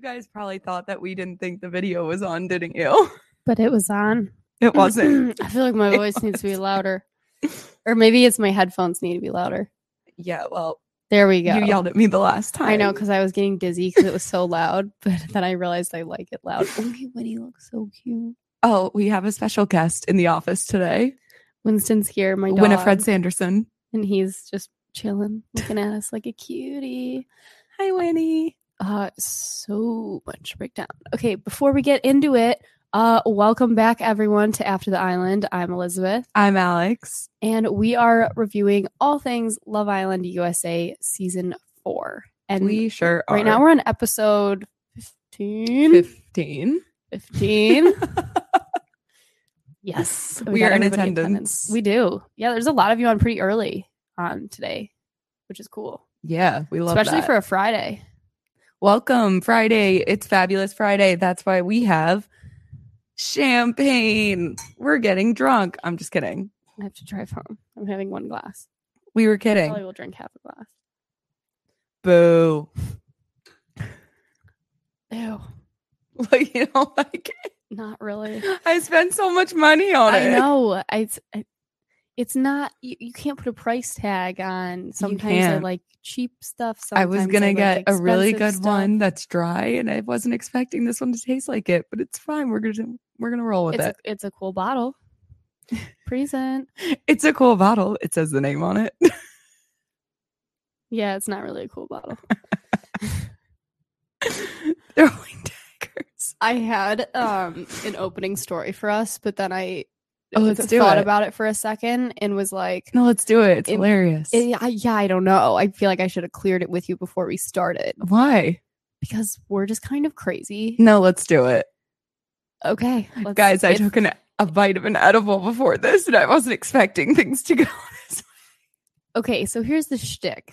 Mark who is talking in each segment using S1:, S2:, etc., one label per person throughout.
S1: guys probably thought that we didn't think the video was on, didn't you?
S2: But it was on.
S1: It wasn't.
S2: I feel like my
S1: It
S2: voice needs to be
S1: wasn't.
S2: louder. Or maybe it's my headphones need to be louder.
S1: yeah, well,
S2: There we go.
S1: you yelled at me the last time.
S2: I know because I was getting dizzy because it was so loud, but then I realized I like it loud. Okay, Woody looks so cute.
S1: Oh, we have a special guest in the office today,
S2: Winston's here, my dog,
S1: Winifred Sanderson.
S2: and he's just chilling, looking at us like a cutie.
S1: Hi, Winnie.
S2: Uh, so much breakdown. Okay, before we get into it, uh, welcome back everyone to After the Island. I'm Elizabeth,
S1: I'm Alex.
S2: and we are reviewing all things Love Island USA season four. And
S1: we sure are.
S2: right now we're on episode 15.
S1: 15.
S2: 15. yes.
S1: We
S2: got
S1: are in
S2: everybody
S1: attendance.
S2: We do. Yeah, there's a lot of you on pretty early on today, which is cool.
S1: Yeah, we love
S2: Especially
S1: that.
S2: for a Friday.
S1: Welcome Friday. It's Fabulous Friday. That's why we have champagne. We're getting drunk. I'm just kidding.
S2: I have to drive home. I'm having one glass.
S1: We were
S2: Probably
S1: kidding.
S2: will drink half a glass.
S1: Boo.
S2: Ew.
S1: Like, you know, like
S2: Not really.
S1: I spent so much money on
S2: I
S1: it.
S2: know. I, it's- I- it's not you, you can't put a price tag on sometimes I
S1: can't.
S2: like cheap stuff.
S1: I
S2: Sometimes
S1: was gonna
S2: like
S1: get a really good
S2: expensive stuff.
S1: one that's dry, and I wasn't expecting this one to taste like it, but it's fine. We're gonna we're gonna roll with
S2: It's a,
S1: it.
S2: it's a cool bottle. Present.
S1: it's a cool bottle. It says the name on it.
S2: Yeah, it's not really a cool bottle.
S1: Throwing daggers.
S2: I had um an opening story for us, but then I
S1: Oh, let's do
S2: thought
S1: it.
S2: about it for a second and was like,
S1: No, let's do it. It's
S2: It-
S1: hilarious.
S2: "Eh, I, yeah, I don't know. I feel like I should have cleared it with you before we started
S1: Why?
S2: because we're just kind of crazy.
S1: No, let's do it.
S2: Okay, let's-
S1: Guys, I
S2: if-
S1: took an, a vitamin edible before this and I wasn't expecting things to go this way.
S2: Okay, so here's the shtick.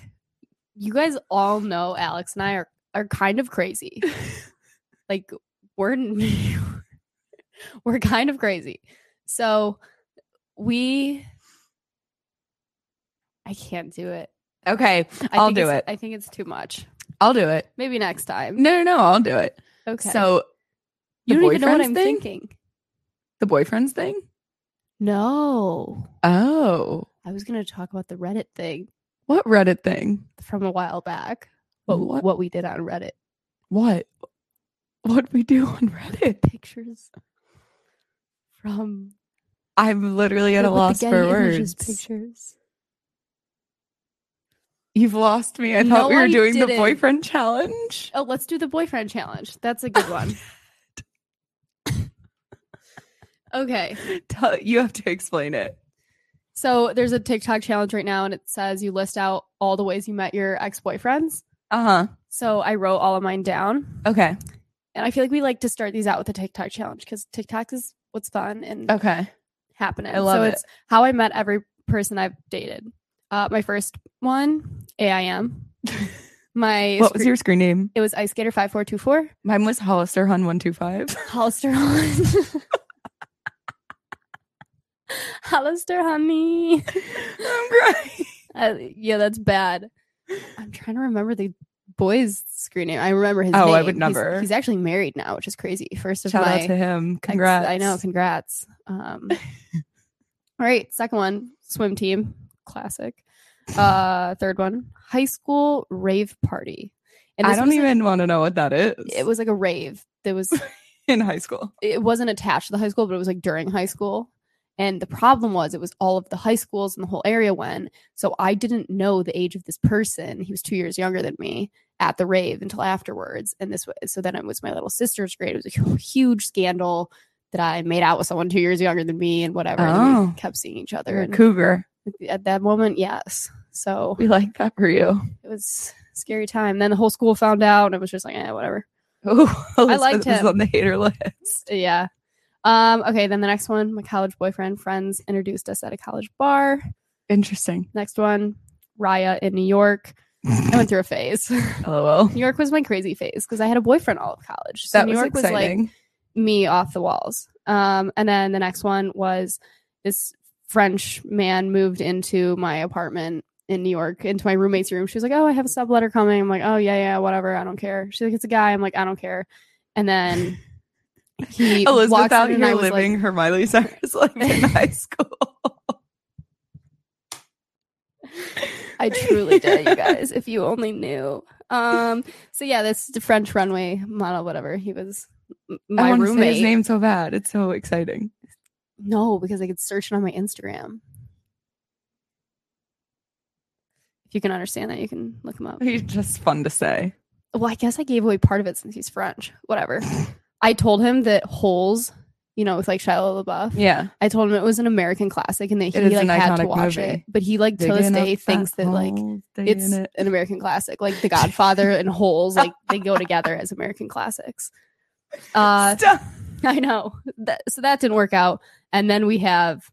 S2: You guys all know Alex and I are are kind of crazy. like we're we're kind of crazy. So we I can't do it.
S1: Okay,
S2: I
S1: I'll
S2: think
S1: do
S2: it's-
S1: it.
S2: I think it's too much.
S1: I'll do it.
S2: Maybe next time.
S1: No, no, no, I'll do it.
S2: Okay.
S1: So
S2: you
S1: the
S2: don't even know what
S1: boyfriend's
S2: I'm
S1: thing?
S2: thinking.
S1: the boyfriend's thing?
S2: No.
S1: Oh,
S2: I was going to talk about the Reddit thing
S1: what Reddit thing?
S2: from a while back. What
S1: What?
S2: what, we did on Reddit.
S1: What? What'd we do on Reddit?
S2: Pictures from
S1: I'm literally at a
S2: Like, with the
S1: loss for
S2: Getty Images
S1: words.
S2: Pictures.
S1: You've lost me. I thought
S2: No,
S1: we were
S2: I
S1: doing the
S2: didn't.
S1: boyfriend challenge.
S2: Oh, let's do the boyfriend challenge. That's a good one. okay.
S1: Tell, you have to explain it.
S2: So there's a TikTok challenge right now, and it says you list out all the ways you met your ex boyfriends.
S1: Uh
S2: So I wrote all of mine down.
S1: huh. Okay.
S2: And I feel like we like to start these out with a TikTok challenge because TikTok is what's fun and
S1: Okay.
S2: happening.
S1: Oh, I love
S2: so
S1: it.
S2: it's how I met every person I've dated. Uh, my first one, AIM. My
S1: What was
S2: scre-
S1: your screen name?
S2: it was Ice Skater 5424.
S1: Mine was Hollister Hun one two five.
S2: Hollister Hun. Hollister honey.
S1: I'm crying.
S2: Uh, yeah, that's bad. I'm trying to remember the boy's screen name. I remember his
S1: Oh,
S2: name.
S1: I would
S2: He's-
S1: never.
S2: He's, actually married now, which is crazy. First of
S1: Shout
S2: my
S1: out to him.
S2: ex-
S1: Congrats.
S2: I know, congrats. Um All right, second one, swim team, classic. Uh third one, high school rave party.
S1: I
S2: this
S1: don't
S2: was a-
S1: even want to know what that is.
S2: it was like a rave. There was
S1: in high school.
S2: it wasn't attached to the high school, but it was like during high school. And the problem was it was all of the high schools in the whole area went. So I didn't know the age of this person. He was two years younger than me at the rave until afterwards. And this was so then it was my little sister's grade. It was a huge scandal that I made out with someone two years younger than me and whatever. And then we
S1: Oh.
S2: kept seeing each other.
S1: You're a
S2: And
S1: cougar.
S2: at that moment, yes. So
S1: We like that for you.
S2: it was a scary time. Then the whole school found out and it was just like, eh, whatever.
S1: Oh,
S2: liked
S1: was
S2: him.
S1: on the hater list.
S2: Yeah. Um, okay, then the next one, my college boyfriend friends introduced us at a college bar.
S1: Interesting.
S2: Next one, Raya in New York. I went through a phase. New
S1: LOL.
S2: York was my crazy phase because I had a boyfriend all of college. So
S1: That
S2: New
S1: was
S2: York was
S1: exciting.
S2: like me off the walls. Um, and then the next one was this French man moved into my apartment in New York into my roommate's room. She was like, "Oh, I have a sub letter coming." I'm like, "Oh yeah, yeah, whatever. I don't care." She's like, "It's a guy." I'm like, "I don't care." And then he
S1: Elizabeth
S2: walks
S1: out
S2: in and I
S1: here
S2: was
S1: living
S2: like,
S1: her Miley Cyrus life in high school.
S2: "I truly did, you guys. If you only knew." Um. So yeah, this French runway model, whatever. He was m- my
S1: I want to
S2: roommate.
S1: say his name so bad. It's so exciting.
S2: No, because I could search it on my Instagram. If you can understand that, you can look him up.
S1: He's just fun to say.
S2: Well, I guess I gave away part of it since he's French. Whatever. I told him that Holes, you know, with like Shia LaBeouf.
S1: Yeah.
S2: I told him it was an American classic and that
S1: It is
S2: he like
S1: an
S2: had to
S1: iconic
S2: watch
S1: movie.
S2: it. But he like to this day thinks that like it's
S1: it.
S2: an American classic. Like The Godfather and Holes, like they go together as American classics. Uh
S1: Stop.
S2: I know. That, so that didn't work out. And then we have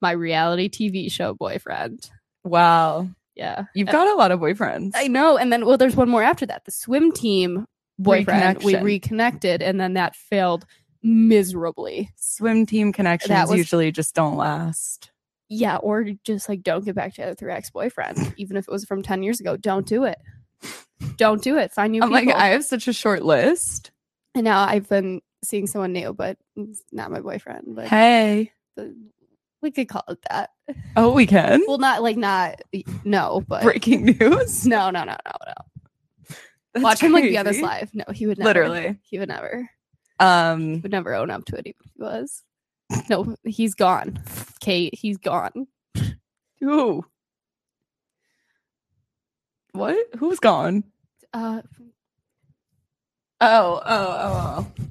S2: my reality TV show boyfriend.
S1: Wow.
S2: Yeah.
S1: You've got a lot of boyfriends.
S2: I know. And then, well, there's one more after that the swim team boyfriend. We
S1: Reconnection.
S2: reconnected, and then that failed miserably.
S1: Swim team connections
S2: was-
S1: usually just don't last.
S2: Yeah. Or just like don't get back together through ex boyfriend, even if it was from 10 years ago. Don't do it. Don't do it. Find new
S1: I'm like,
S2: people.
S1: I have such a short list.
S2: and now I've been seeing someone new, but it's not my boyfriend. But
S1: Hey.
S2: we could call it that.
S1: Oh, we can.
S2: Well, not like not, no, but.
S1: Breaking news.
S2: No, no, no, no, no.
S1: That's
S2: Watch him like be on this
S1: crazy.
S2: live. No, he would never.
S1: Literally.
S2: He would never. He
S1: Um,
S2: would never own up to it even if he was. No, he's gone. Kate, he's gone.
S1: Who? What? Who's gone?
S2: Uh,
S1: Oh, oh, oh, oh.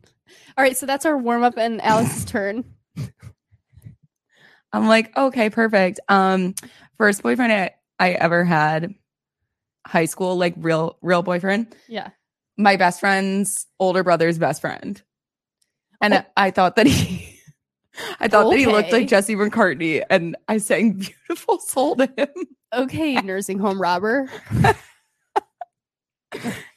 S2: all right, so that's our warm up and Alice's turn.
S1: I'm like, okay, perfect. Um, first boyfriend I, I ever had, high school, like real, real boyfriend.
S2: Yeah.
S1: My best friend's older brother's best friend, and
S2: Oh.
S1: I, I thought that he, I thought that he looked
S2: Okay.
S1: like Jesse McCartney, and I sang "Beautiful Soul" to him.
S2: Okay, nursing home robber.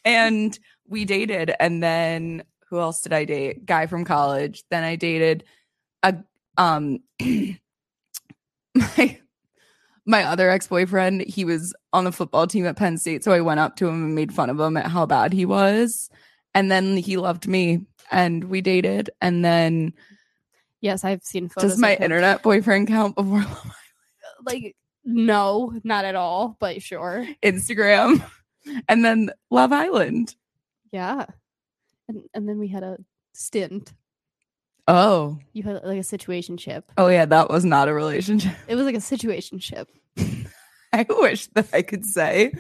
S1: and we dated and then who else did i date guy from college then i dated a um my my other ex-boyfriend he was on the football team at penn state so i went up to him and made fun of him at how bad he was and then he loved me and we dated and then
S2: Yes, I've seen photos.
S1: does my
S2: of him.
S1: internet boyfriend count before
S2: like no, not at all, but sure.
S1: instagram and then love island
S2: Yeah. And and then we had a stint.
S1: oh
S2: You had like a situation ship.
S1: oh yeah that was not a relationship
S2: It was like a situation ship.
S1: I wish that I could say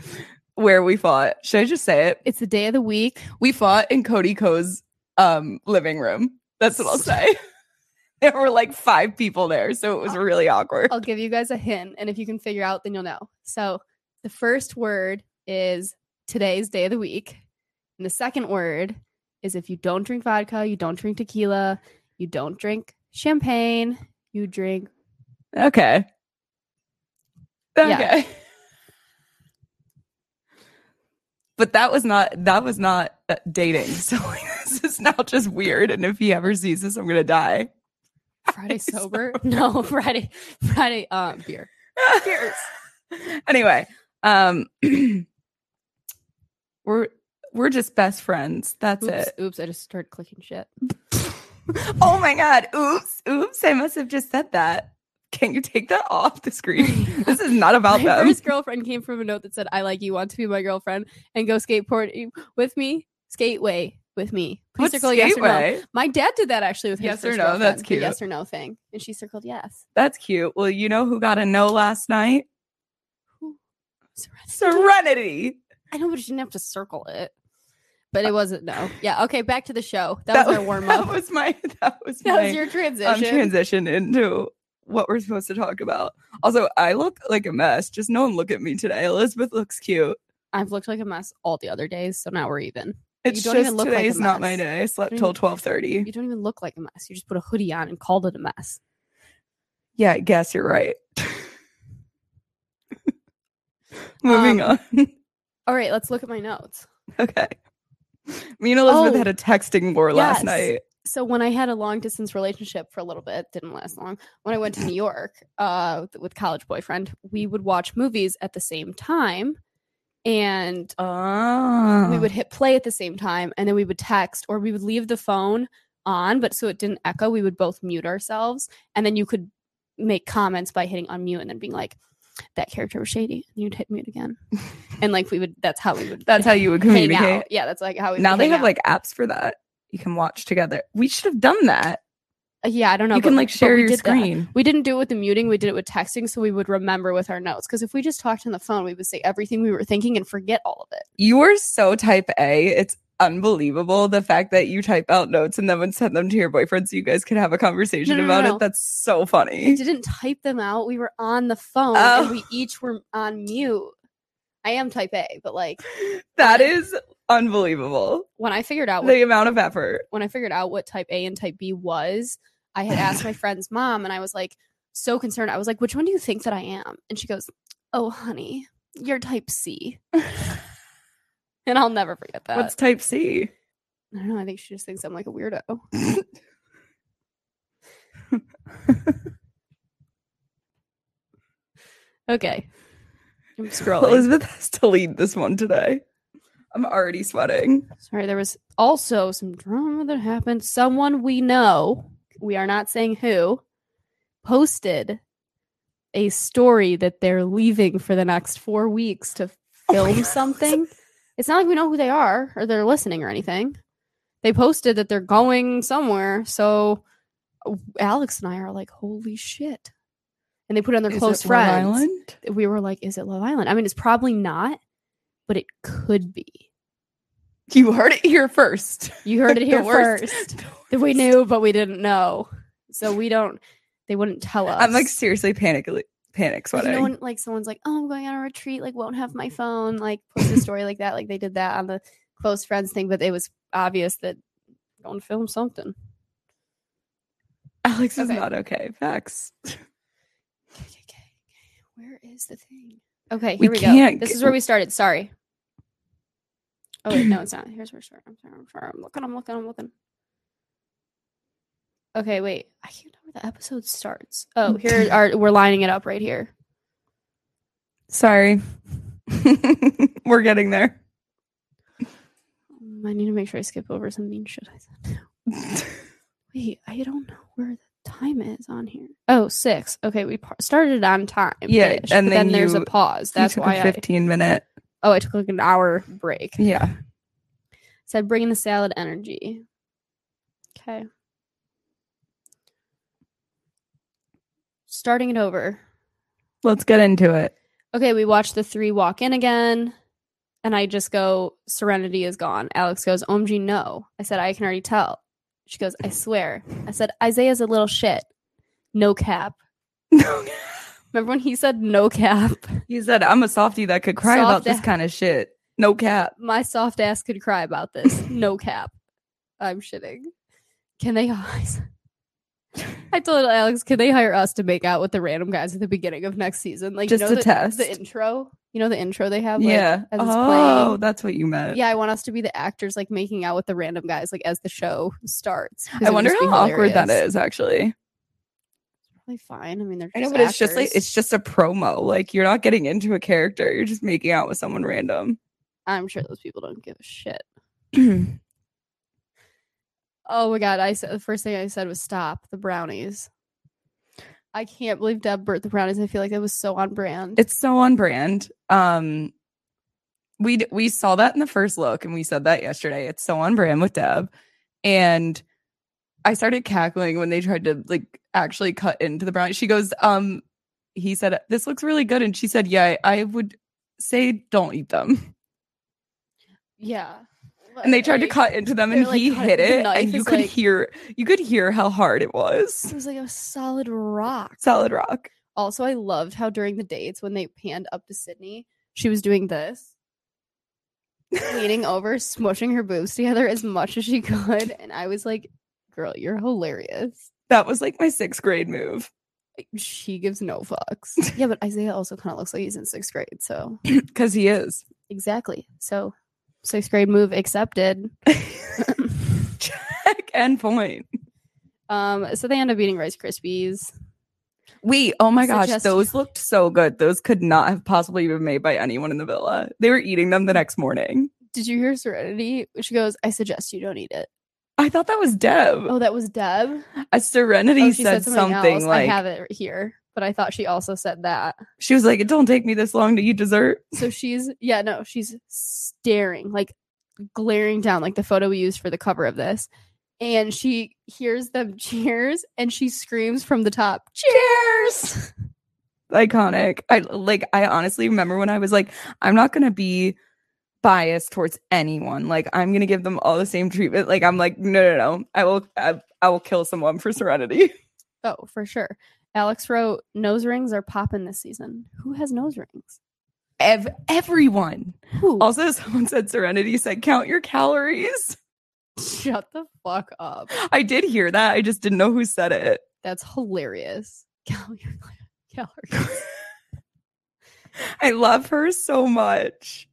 S1: where we fought. Should I just say it?
S2: It's the day of the week.
S1: We fought in Cody Co's um, living room. That's what I'll say. there were like five people there, so it was really awkward.
S2: I'll give you guys a hint, and if you can figure out, then you'll know. So the first word is today's day of the week, and the second word is if you don't drink vodka, you don't drink tequila, you don't drink champagne, you drink.
S1: Okay. Okay.
S2: Yeah.
S1: But that was not that was not uh, dating. So this is now just weird. And if he ever sees this, I'm gonna die.
S2: Friday sober? No, Friday, Friday um beer. Cheers.
S1: anyway, um we're we're just best friends. That's
S2: Oops,
S1: it.
S2: oops, I just started clicking shit.
S1: Oh my god. Oops. Oops. I must have just said that. Can you take that off the screen? this is not about
S2: my
S1: them.
S2: first girlfriend came from a note that said, "I like you, want to be my girlfriend, and go skateboarding with me, skateway with me." Please
S1: What's
S2: circle yes or no.
S1: Skateway?
S2: My dad did that actually with his
S1: Yes or
S2: first
S1: no?
S2: girlfriend,
S1: That's
S2: the
S1: cute.
S2: Yes or no thing, and she circled yes.
S1: That's cute. Well, you know who got a no last night?
S2: Serenity.
S1: Serenity.
S2: I know, but she didn't have to circle it. But it wasn't no. Yeah. Okay. Back to the show. That,
S1: That
S2: was our
S1: was-
S2: warm
S1: That
S2: up.
S1: was my that was
S2: That
S1: my
S2: was your transition.
S1: um, transition into what we're supposed to talk about. Also, I look like a mess. Just no one look at me today. Elizabeth looks cute.
S2: I've looked like a mess all the other days, so now we're even.
S1: It's
S2: don't
S1: just
S2: even look like a
S1: today's not my
S2: mess.
S1: day. I slept
S2: don't
S1: till
S2: even-
S1: twelve thirty.
S2: You don't even look like a mess. You just put a hoodie on and called it a mess.
S1: Yeah, I guess you're right. Moving
S2: Um,
S1: on.
S2: All right, let's look at my notes.
S1: okay. Me and Elizabeth
S2: oh,
S1: had a texting war last
S2: yes.
S1: night.
S2: so when I had a long distance relationship for a little bit, didn't last long. When I went to New York uh, with- with college boyfriend, we would watch movies at the same time, and
S1: Oh.
S2: we would hit play at the same time, and then we would text or we would leave the phone on, but so it didn't echo. We would both mute ourselves, and then you could make comments by hitting unmute and then being like, "That character was shady," and you'd hit mute again, and like we would. That's how we would.
S1: That's how you would
S2: hang
S1: communicate.
S2: out. Yeah, that's like how we.
S1: Now
S2: would
S1: they
S2: hang
S1: have
S2: out.
S1: like apps for that. You can watch together. We should have done that.
S2: Uh, Yeah, I don't know.
S1: you can
S2: but-
S1: like
S2: but
S1: share
S2: we
S1: your
S2: did that.
S1: screen.
S2: We didn't do it with the muting, we did it with texting so we would remember with our notes. Because if we just talked on the phone, we would say everything we were thinking and forget all of it.
S1: You are so type A. It's unbelievable the fact that you type out notes and then would send them to your boyfriend so you guys could have a conversation
S2: No, no,
S1: about
S2: no, no.
S1: it. That's so
S2: We
S1: funny.
S2: didn't type them out. We were on the phone
S1: Mm. Oh.
S2: and we each were on mute. I am type A, but like
S1: That is unbelievable.
S2: when I figured out what,
S1: The amount of effort.
S2: when I figured out what type A and type B was, I had asked my friend's mom and I was like so concerned. I was like, which one do you think that I am? And she goes, Oh honey, you're type C. and I'll never forget that.
S1: What's type C?
S2: I don't know. I think she just thinks I'm like a weirdo. okay. I'm scrolling.
S1: Elizabeth has to lead this one today. I'm already sweating.
S2: Sorry, there was also some drama that happened. Someone we know, we are not saying who, posted a story that they're leaving for the next four weeks to
S1: Oh my
S2: film
S1: God.
S2: something. It's not like we know who they are or they're listening or anything. They posted that they're going somewhere. So uh, Alex and I are like, holy shit. And they put it on their
S1: Is it
S2: close
S1: Rhode
S2: friends
S1: Island?
S2: we were like, is it Love Island? I mean, it's probably not, but it could be.
S1: You heard it here first.
S2: You heard it
S1: The
S2: here
S1: worst.
S2: first. That we knew, but we didn't know. So we don't. They wouldn't tell us.
S1: I'm like seriously panic panic
S2: Like, you
S1: sweating.
S2: know when like someone's like, "Oh, I'm going on a retreat. Like, won't have my phone." Like, post a story like that. Like they did that on the close friends thing, but it was obvious that don't film something.
S1: Alex is
S2: Okay.
S1: not okay. Facts.
S2: Where is the thing? Okay,
S1: We
S2: here we,
S1: can't
S2: go. This
S1: get-
S2: is where we started. Sorry. Oh wait, no, it's not. Here's where we started. I'm sorry. I'm sorry. I'm looking. I'm looking. I'm looking. Okay, wait. I can't know where the episode starts. Oh, here are we're lining it up right here.
S1: Sorry. We're getting there.
S2: Um, I need to make sure I skip over some mean shit I said. Wait, I don't know where the time is on here. Oh, six. Okay, we par- started on time.
S1: Yeah, and
S2: but
S1: then
S2: then there's a
S1: you-
S2: pause. That's
S1: took
S2: why
S1: a
S2: I.
S1: 15 minute.
S2: Oh, I took like an hour break.
S1: Yeah.
S2: said bring in the salad energy. Okay. Starting it over.
S1: Let's get into it.
S2: Okay, we watch the three walk in again. And I just go, Serenity is gone. Alex goes, OMG, no. I said, I can already tell. She goes, I swear. I said, Isaiah's a little shit. No cap. Remember when he said no cap?
S1: he said, I'm a softie that could cry about
S2: Soft
S1: this
S2: ass.
S1: kind of shit. No cap.
S2: My soft ass could cry about this. No cap. I'm shitting. Can they I told Alex, can they hire us to make out with the random guys at the beginning of next season? Like
S1: Just
S2: you know
S1: a
S2: the,
S1: test.
S2: The intro. You know the intro they have? Like,
S1: yeah.
S2: as it's
S1: Oh,
S2: playing.
S1: that's what you meant.
S2: Yeah, I want us to be the actors like making out with the random guys like as the show starts. 'cause it
S1: I
S2: would
S1: wonder
S2: just be
S1: how awkward that
S2: hilarious.
S1: is actually.
S2: Probably fine. I mean, they're just
S1: I know, but it's just like
S2: actors.
S1: it's just a promo. Like you're not getting into a character. You're just making out with someone random.
S2: I'm sure those people don't give a shit. Oh my god! I said the first thing I said was stop the brownies. I can't believe Deb burnt the brownies. I feel like that was so on brand.
S1: it's so on brand. Um, we d- we saw that in the first look, and we said that yesterday. It's so on brand with Deb, and I started cackling when they tried to like actually cut into the brown. She goes, um, he said this looks really good, and she said, yeah, I, I would say don't eat them.
S2: yeah.
S1: And they tried to
S2: Like-
S1: cut into them, and
S2: they're, like,
S1: he
S2: cut-
S1: hit
S2: the
S1: it,
S2: knife
S1: and you
S2: is,
S1: could
S2: like-
S1: hear you could hear how hard it was.
S2: It was like a solid rock.
S1: Solid rock.
S2: Also, I loved how during the dates when they panned up to Sydney, she was doing this, leaning over, smushing her boobs together as much as she could, and I was like, "Girl, you're hilarious."
S1: That was like my sixth grade move.
S2: She gives no fucks. yeah, but Isaiah also kind of looks like he's in sixth grade, so
S1: Cause he is.
S2: exactly. So sixth grade move accepted.
S1: back end point.
S2: Um, so they end up eating Rice Krispies.
S1: Wait, oh my gosh,
S2: Suggest-
S1: those looked so good. Those could not have possibly been made by anyone in the villa. They were eating them the next morning.
S2: Did you hear Serenity? She goes, "I suggest you don't eat it."
S1: I thought that was Deb.
S2: Oh, that was Deb.
S1: A Serenity
S2: oh,
S1: said, something
S2: else.
S1: like
S2: I have it here, but I thought she also said that.
S1: she was like, "It don't take me this long to eat dessert."
S2: So she's yeah, no, she's staring, like glaring down, like the photo we used for the cover of this. And she hears them cheers and she screams from the top, Cheers!
S1: Iconic. I like. I honestly remember when I was like, "I'm not gonna be biased towards anyone. Like, I'm gonna give them all the same treatment." Like, I'm like, "No, no, no. I will. I, I will kill someone for Serenity."
S2: Oh, for sure. Alex wrote, Nose rings are popping this season. Who has nose rings?
S1: Ev- everyone.
S2: Who?
S1: Also, someone said Serenity said, "Count your calories."
S2: Shut the fuck up.
S1: I did hear that. I just didn't know who said it.
S2: That's hilarious. Cal- Calories.
S1: I love her so much.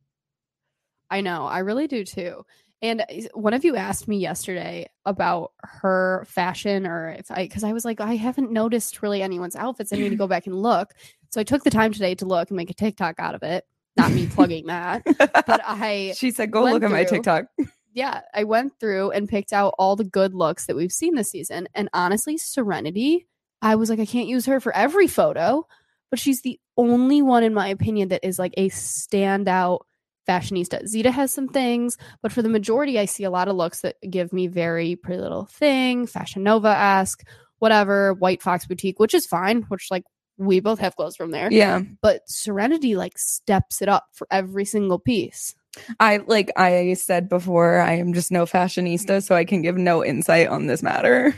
S2: I know. I really do too. And is- one of you asked me yesterday about her fashion, or if I, because I was like, I haven't noticed really anyone's outfits. I need to go back and look. So I took the time today to look and make a TikTok out of it. Not me plugging that, but I,
S1: she said, "Go
S2: went
S1: look at my
S2: through-
S1: TikTok."
S2: yeah, I went through and picked out all the good looks that we've seen this season. And honestly, Serenity, I was like, I can't use her for every photo, but she's the only one, in my opinion, that is like a standout fashionista. Zeta has some things, but for the majority, I see a lot of looks that give me very pretty little thing, Fashion Nova esque, whatever, White Fox Boutique, which is fine, which like we both have clothes from there.
S1: Yeah.
S2: But Serenity like steps it up for every single piece.
S1: I like I said before, I am just no
S2: Mm-hmm.
S1: fashionista, so I can give no insight on this matter.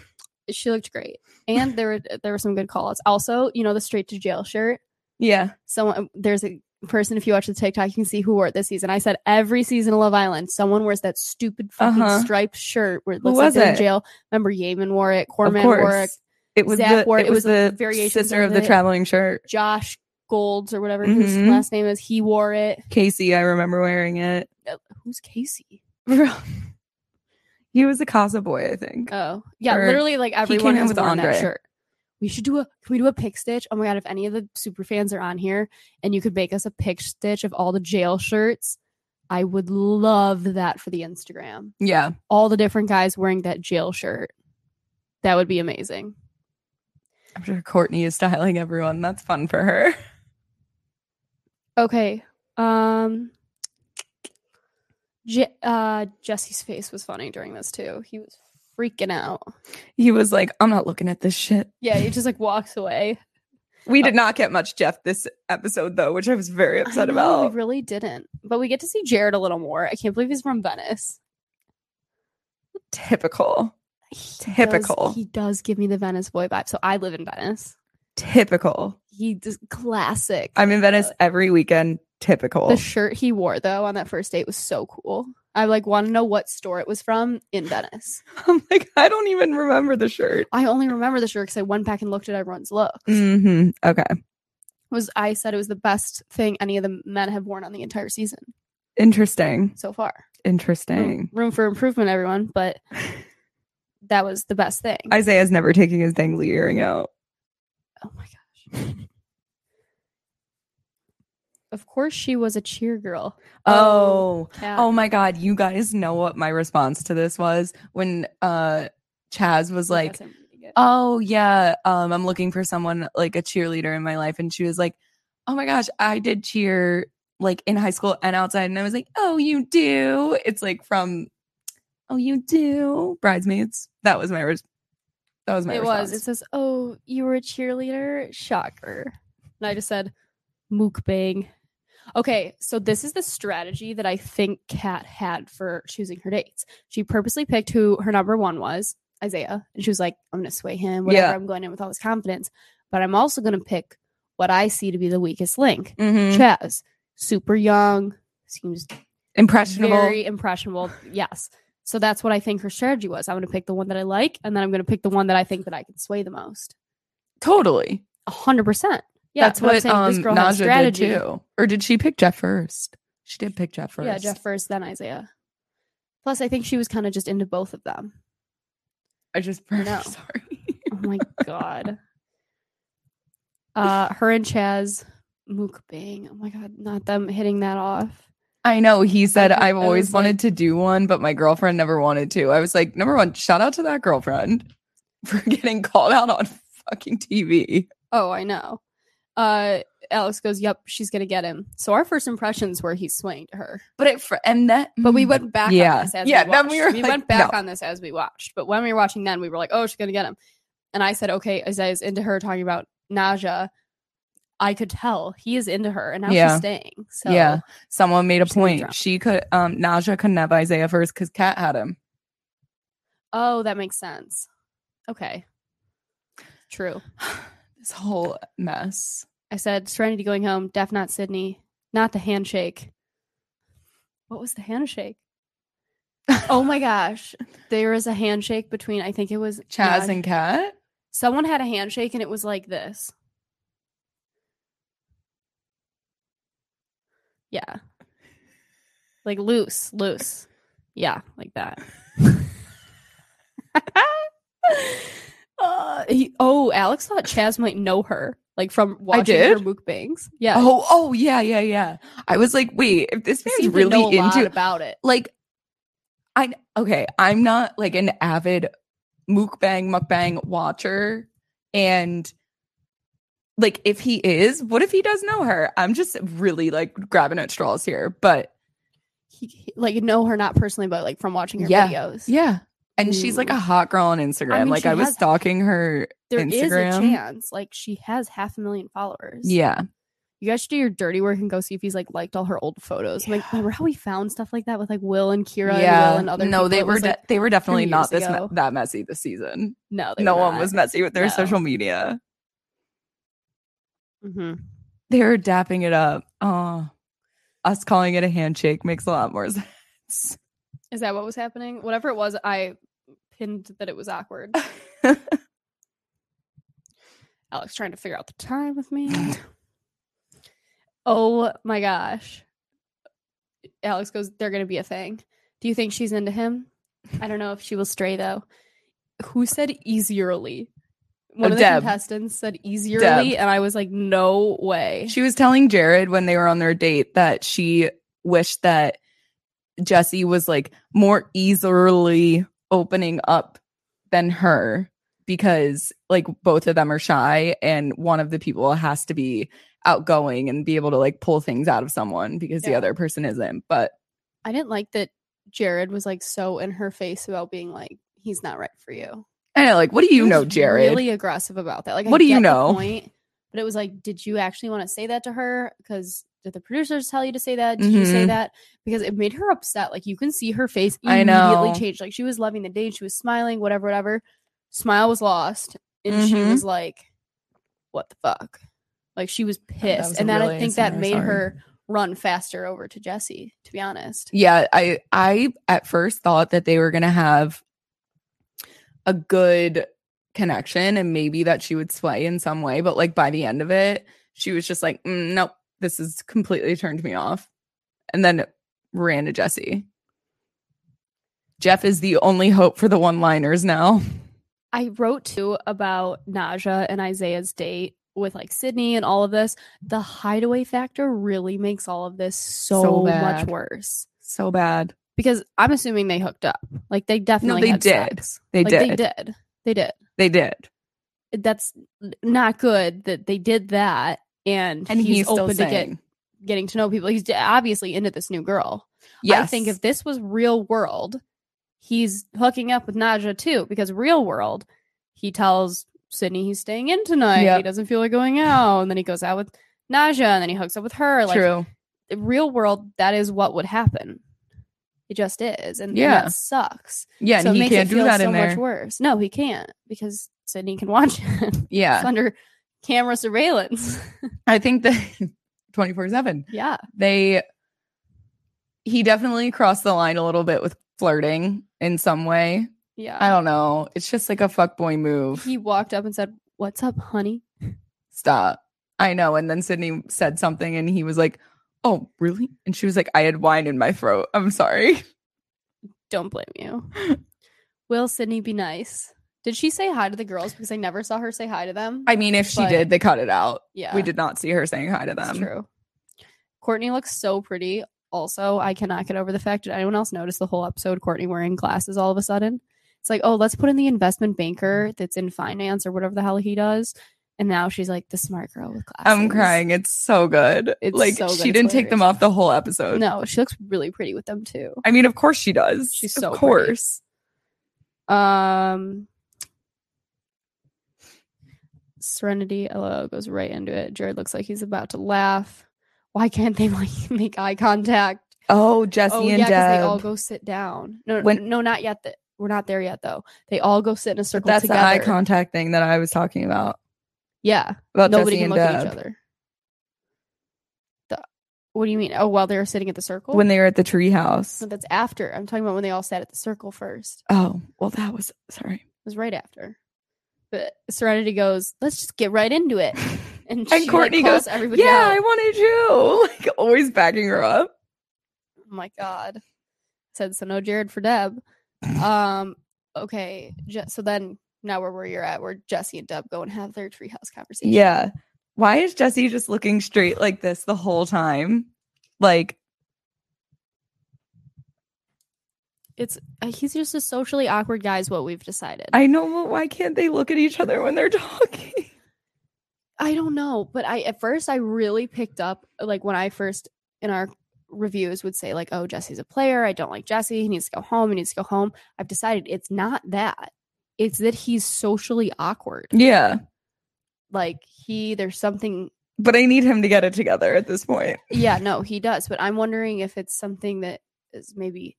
S2: she looked great and there were there were some good call outs also you know the straight to jail shirt
S1: Yeah.
S2: someone there's a person if you watch the tiktok you can see who wore it this season i said every season of love island someone wears that stupid fucking
S1: Uh-huh.
S2: striped shirt where it
S1: Who
S2: looks like
S1: was
S2: they're in
S1: it?
S2: jail remember yaman wore it corman
S1: of course.
S2: wore it
S1: It was
S2: Zach
S1: the
S2: wore it.
S1: it, was,
S2: a
S1: the
S2: variation
S1: sister of
S2: of
S1: the
S2: it.
S1: traveling shirt.
S2: josh golds or whatever his
S1: Mhm.
S2: last name is he wore it
S1: Casey, I remember wearing it.
S2: who's casey
S1: he was a Casa boy, I think.
S2: oh yeah
S1: Or
S2: literally like everyone
S1: came in
S2: has
S1: with
S2: worn that
S1: Andre.
S2: shirt we should do a can we do a pick stitch oh my god if any of the super fans are on here and you could make us a pick stitch of all the jail shirts i would love that for the instagram
S1: yeah.
S2: all the different guys wearing that jail shirt that would be amazing
S1: I'm sure Courtney is styling everyone. That's fun for her.
S2: okay um Je- uh jesse's face was funny during this too he was freaking out
S1: He was like, I'm not looking at this shit.
S2: yeah he just like walks away
S1: We did not get much Jeff this episode though, which I was very
S2: Oh. I
S1: upset
S2: know,
S1: about.
S2: We really didn't. But we get to see Jared a little more. I can't believe he's from Venice.
S1: Typical.
S2: He
S1: Typical.
S2: Does, he does give me the Venice boy vibe. So I live in Venice.
S1: Typical.
S2: He just classic.
S1: I'm in Venice every weekend. Typical.
S2: The shirt he wore though on that first date was so cool. I like want to know what store it was from in Venice.
S1: I'm like, I don't even remember the shirt.
S2: I only remember the shirt because I went back and looked at everyone's looks.
S1: Mm-hmm. Okay.
S2: Was I said it was the best thing any of the men have worn on the entire season
S1: Interesting.
S2: so far. Room,
S1: Interesting.
S2: room for improvement, everyone, but that was the best thing.
S1: Isaiah's never taking his dangly earring out.
S2: Oh my gosh. of course she was a cheer girl. Oh,
S1: Oh.
S2: Kat.
S1: Oh my god, you guys know what my response to this was when uh Chaz was like,
S2: Yes, I'm reading it.
S1: "Oh yeah, um I'm looking for someone like a cheerleader in my life." And she was like, "Oh my gosh, I did cheer like in high school and outside." And I was like, "Oh, you do." It's like from Oh, you do. Bridesmaids. That was my res- That was my
S2: it
S1: response.
S2: was. It says, "Oh, you were a cheerleader." Shocker. And I just said, "Mukbang." Okay, so this is the strategy that I think Kat had for choosing her dates. She purposely picked who her number one was, Isaiah, and she was like, "I'm going to sway him. Whatever.
S1: Yeah.
S2: I'm going in with all this confidence, but I'm also going to pick what I see to be the weakest link."
S1: Mhm.
S2: Chaz, super young, seems
S1: impressionable.
S2: very impressionable. Yes. So that's what I think her strategy was. I'm going to pick the one that I like, and then I'm going to pick the one that I think that I can sway the most.
S1: Totally.
S2: A hundred percent. Yeah,
S1: That's
S2: but I'm
S1: what
S2: saying
S1: um,
S2: this girl had a
S1: Naja did too. Or did she pick Jeff first? She did pick Jeff first.
S2: Yeah, Jeff first, then Isaiah. Plus, I think she was kind of just into both of them.
S1: I just burned.
S2: No.
S1: Sorry.
S2: Oh my god. Uh, her and Chaz mukbang. Oh my god, not them hitting that off.
S1: I know. He said
S2: I
S1: I've
S2: was
S1: always
S2: like-
S1: wanted to do one, but my girlfriend never wanted to. I was like, number one, shout out to that girlfriend for getting called out on fucking TV.
S2: Oh, I know. Uh, Alex goes, "Yep, she's gonna get him." So our first impressions were he swinging to her,
S1: But it fr- and that, mm,
S2: but we went back
S1: Yeah.
S2: on this as
S1: Yeah,
S2: we
S1: then
S2: watched.
S1: we
S2: We,
S1: were like,
S2: went back
S1: no.
S2: on this as we watched. But when we were watching then, we were like, "Oh, she's gonna get him," and I said, "Okay." Isaiah's into her talking about Naja. I could tell he is into her, and now
S1: Yeah.
S2: she's staying. So
S1: Yeah. someone made a
S2: She's gonna be
S1: point.
S2: drunk.
S1: She could, um, Naja couldn't have Isaiah first because Kat had him.
S2: Oh, that makes sense. Okay. True.
S1: this whole mess.
S2: I said Serenity going home, Def not Sydney, not the handshake. What was the handshake? Oh my gosh. There was a handshake between I think it was
S1: Chaz
S2: Naj-
S1: and Kat.
S2: someone had a handshake and it was like this. Yeah. Like loose, loose. Yeah, like that. Uh, he- oh, Alex thought Chaz might know her, like from watching
S1: did?
S2: her mukbangs. Yeah,
S1: Oh, oh yeah, yeah, yeah. I was like, wait, if this
S2: he
S1: man's
S2: seemed to know
S1: really
S2: a lot
S1: into
S2: about it.
S1: like I okay, I'm not like an avid mukbang mukbang watcher and like if he is, what if he does know her? I'm just really like grabbing at straws here, but
S2: He, he- like know her not personally, but like from watching her
S1: Yeah.
S2: videos.
S1: yeah. And she's like
S2: Ooh.
S1: a hot girl on Instagram.
S2: mean,
S1: like
S2: she
S1: I was
S2: has-
S1: stalking her.
S2: There is
S1: Instagram.
S2: a chance, like she has half a million followers.
S1: Yeah.
S2: you guys should do your dirty work and go see if he's like liked all her old photos. I'm
S1: Yeah.
S2: Like, remember how we found stuff like that with like Will and Kira and
S1: yeah.
S2: Will and other
S1: no,
S2: people?
S1: they
S2: It
S1: were
S2: was,
S1: de-
S2: like,
S1: they were definitely
S2: years
S1: not this me-
S2: ago.
S1: that messy this season.
S2: no, they
S1: No
S2: were
S1: one
S2: not.
S1: was messy with their
S2: No.
S1: social media.
S2: Mhm.
S1: They were dapping it up. Oh, us calling it a handshake makes a lot more sense.
S2: Is that what was happening? Whatever it was, I pinned that it was awkward. Alex trying to figure out the time with me. oh my gosh. Alex goes, they're going to be a thing. Do you think she's into him? I don't know if she will stray though. Who said easierly? One of the
S1: Uh, Deb.
S2: contestants said easierly, and I was like, no way.
S1: She was telling Jared when they were on their date that she wished that Jesse was like more easily opening up than her because like both of them are shy and one of the people has to be outgoing and be able to like pull things out of someone because the
S2: Yeah.
S1: other person isn't. But
S2: I didn't like that Jared was like so in her face about being like, he's not right for you.
S1: I know, like, what do you
S2: He
S1: know,
S2: was
S1: Jared?
S2: Really aggressive about that. Like, I
S1: What do you
S2: get the
S1: know?
S2: point, but it was like, did you actually want to say that to her? Because did the producers tell you to say that? Did you say
S1: Mhm.
S2: that? Because it made her upset. Like you can see her face
S1: I
S2: immediately
S1: know.
S2: change. Like she was loving the day, she was smiling, whatever, whatever. Smile was lost, and
S1: Mhm.
S2: she was like, "What the fuck?" Like she was pissed,
S1: was a
S2: and that
S1: really
S2: I think that
S1: ASMR,
S2: made
S1: sorry.
S2: her run faster over to Jesse. To be honest,
S1: Yeah, I I at first thought that they were gonna have a good connection and maybe that she would sway in some way, but like by the end of it, she was just like, mm, nope, this has completely turned me off, and then ran to Jesse. Jeff is the only hope for the one-liners now.
S2: I wrote too about Naja and Isaiah's date with like Sydney and all of this. The hideaway factor really makes all of this so,
S1: So
S2: much
S1: bad.
S2: worse
S1: So bad.
S2: because I'm assuming they hooked up. Like they definitely
S1: they
S2: had
S1: did.
S2: sex.
S1: They
S2: like,
S1: did.
S2: They did. They did.
S1: They did.
S2: That's not good that they did that. And,
S1: And
S2: he's,
S1: he's, still
S2: open to get,
S1: saying,
S2: getting to know people. He's d- obviously into this new girl.
S1: yes.
S2: I think if this was real world, he's hooking up with Naja too, because real world, he tells Sydney he's staying in tonight.
S1: Yep.
S2: He doesn't feel like going out. And then he goes out with Naja and then he hooks up with her. Like
S1: True.
S2: the real world, that is what would happen. It just is. And
S1: Yeah.
S2: yeah. that sucks.
S1: Yeah,
S2: so
S1: and
S2: it
S1: he
S2: makes it
S1: can't do
S2: feel
S1: that
S2: so
S1: in there.
S2: much worse. No, he can't because Sydney can watch it.
S1: yeah.
S2: it's under camera surveillance.
S1: I think that 24/7.
S2: yeah.
S1: they he definitely crossed the line a little bit with flirting in some way.
S2: Yeah.
S1: I don't know. It's just like a fuckboy move.
S2: he walked up and said, What's up, honey?
S1: Stop. I know. And then Sydney said something and he was like, Oh, really? And she was like, I had wine in my throat. I'm sorry.
S2: don't blame you. Will Sydney be nice? Did she say hi to the girls? Because I never saw her say hi to them.
S1: I mean, if she
S2: But-
S1: did, they cut it out.
S2: yeah,
S1: We did not see her saying hi to
S2: That's
S1: them.
S2: true. Courtney looks so pretty. Also, I cannot get over the fact. Did anyone else notice the whole episode Courtney wearing glasses all of a sudden? It's like, oh, let's put in the investment banker that's in finance or whatever the hell he does. And now she's like the smart girl with glasses.
S1: I'm crying. It's so good.
S2: It's
S1: like
S2: so good.
S1: she
S2: It's
S1: didn't take them off the whole episode.
S2: No, she looks really pretty with them too.
S1: I mean, of course she does.
S2: She's
S1: of
S2: so pretty.
S1: course.
S2: Um, Serenity LOL goes right into it. Jared looks like he's about to laugh. Why can't they like make eye contact?
S1: Oh, Jesse
S2: oh
S1: and
S2: yeah, because they all
S1: Deb.
S2: go sit down. No,
S1: When-
S2: no, not yet. That we're not there yet though. They all go sit in a circle
S1: That's
S2: together.
S1: the eye contact thing that I was talking about.
S2: Yeah,
S1: About
S2: nobody
S1: Jesse and
S2: can look
S1: Deb.
S2: at each other. The, what do you mean? Oh, while they're sitting at the circle.
S1: When they were at the treehouse.
S2: no, that's after. I'm talking about when they all sat at the circle first.
S1: Oh, well, that was sorry.
S2: It was right after. But Serenity goes, "Let's just get right into it." And, she, like,
S1: Courtney
S2: calls
S1: goes,
S2: "Everybody,
S1: Yeah,
S2: out.
S1: I wanted you. Like always backing her up.
S2: Oh my god. Said so no Jared for Deb. Um okay, Je- so then now we're where you're at where Jesse and Deb go and have their treehouse conversation.
S1: Yeah. Why is Jesse just looking straight like this the whole time? Like,
S2: It's uh, he's just a socially awkward guy is what we've decided.
S1: I know, but why can't they look at each other when they're talking?
S2: I don't know, but I at first I really picked up like when I first in our reviews would say like, "Oh, Jesse's a player. I don't like Jesse. He needs to go home. He needs to go home." I've decided it's not that. It's that he's socially awkward.
S1: Yeah.
S2: Like he there's something
S1: But I need him to get it together at this point.
S2: Yeah, no, he does. But I'm wondering if it's something that is maybe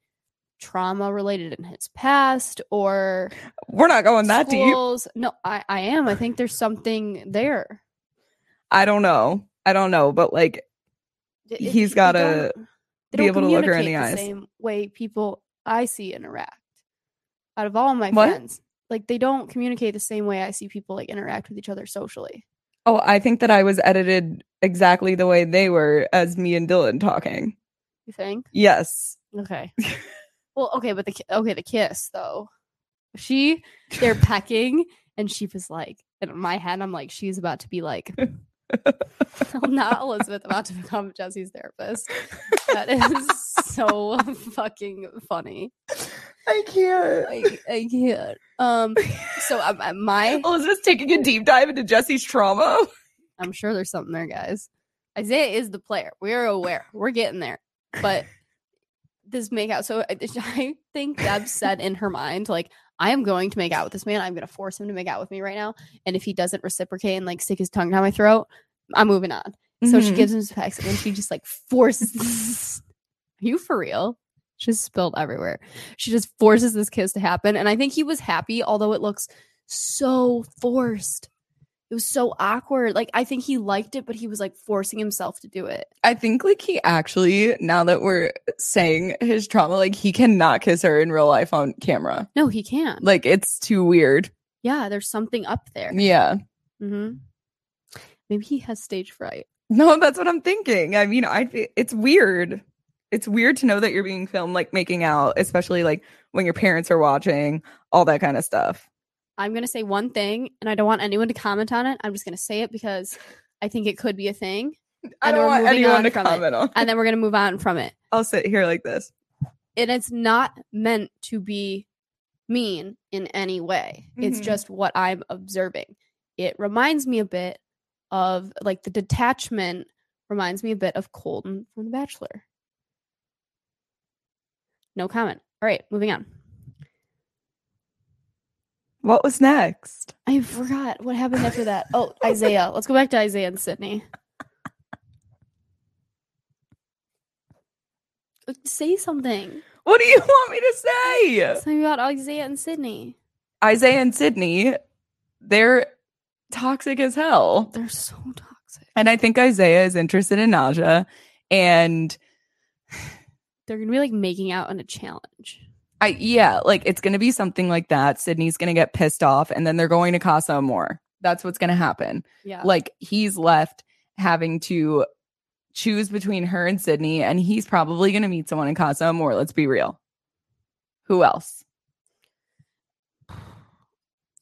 S2: trauma related in his past or
S1: We're not going that deep.
S2: schools. No, I, I am. I think there's something there.
S1: I don't know. I don't know, but like
S2: It-
S1: He's
S2: it- they
S1: gotta
S2: don't- they
S1: be
S2: don't
S1: able to look her in
S2: communicate
S1: the eyes.
S2: Same way people I see interact. Out of all my
S1: What?
S2: friends, like they don't communicate the same way I see people like interact with each other socially.
S1: oh, I think that I was edited exactly the way they were as me and Dylan talking.
S2: You think?
S1: Yes.
S2: Okay. well, okay, but the ki- okay the kiss though. She they're pecking and she was like and in my head i'm like she's about to be like "I'm not elizabeth about to become jesse's therapist that is so fucking funny
S1: I can't.
S2: i, I can't um so I'm, I'm my
S1: Elizabeth's Oh, taking a deep dive into Jesse's trauma.
S2: i'm sure there's something there guys isaiah is the player we're aware we're getting there but this make out so I- i think deb said in her mind like I am going to make out with this man. I'm going to force him to make out with me right now. And if he doesn't reciprocate and like stick his tongue down my throat, I'm moving on. So she
S1: Mhm.
S2: gives him some pecs and then she just like forces. this- Are you for real? She just spilled everywhere. She just forces this kiss to happen. And I think he was happy, although it looks so forced. It was so awkward. Like, I think he liked it, but he was like forcing himself to do it.
S1: I think like he actually, now that we're saying his trauma, like he cannot kiss her in real life on camera.
S2: No, he can't.
S1: Like it's too weird.
S2: yeah, there's something up there.
S1: Yeah.
S2: hmm Maybe he has stage fright.
S1: No, that's what I'm thinking. I mean, I it's weird. It's weird to know that you're being filmed like making out, especially like when your parents are watching, all that kind of stuff.
S2: I'm going to say one thing and I don't want anyone to comment on it. I'm just going to say it because I think it could be a thing.
S1: I
S2: And
S1: don't
S2: we're
S1: want
S2: moving
S1: anyone
S2: on
S1: to
S2: from it.
S1: comment on.
S2: And then we're going to move on from it.
S1: I'll sit here like this.
S2: And it's not meant to be mean in any way, it's
S1: Mhm.
S2: just what I'm observing. It reminds me a bit of like the detachment reminds me a bit of Colton from The Bachelor. No comment. All right, moving on.
S1: What was next?
S2: I forgot what happened after that. Oh, Isaiah. Let's go back to Isaiah and Sydney. Uh, Say something.
S1: What do you want me to say?
S2: Something about Isaiah and Sydney.
S1: Isaiah and Sydney, they're toxic as hell.
S2: They're so toxic.
S1: And I think Isaiah is interested in Naja. And
S2: They're gonna be like making out on a challenge.
S1: I yeah, like it's gonna be something like that. Sydney's gonna get pissed off, and then they're going to Casa More. That's what's gonna happen.
S2: Yeah.
S1: Like he's left having to choose between her and Sydney, and he's probably gonna meet someone in Casa More. Let's be real. Who else?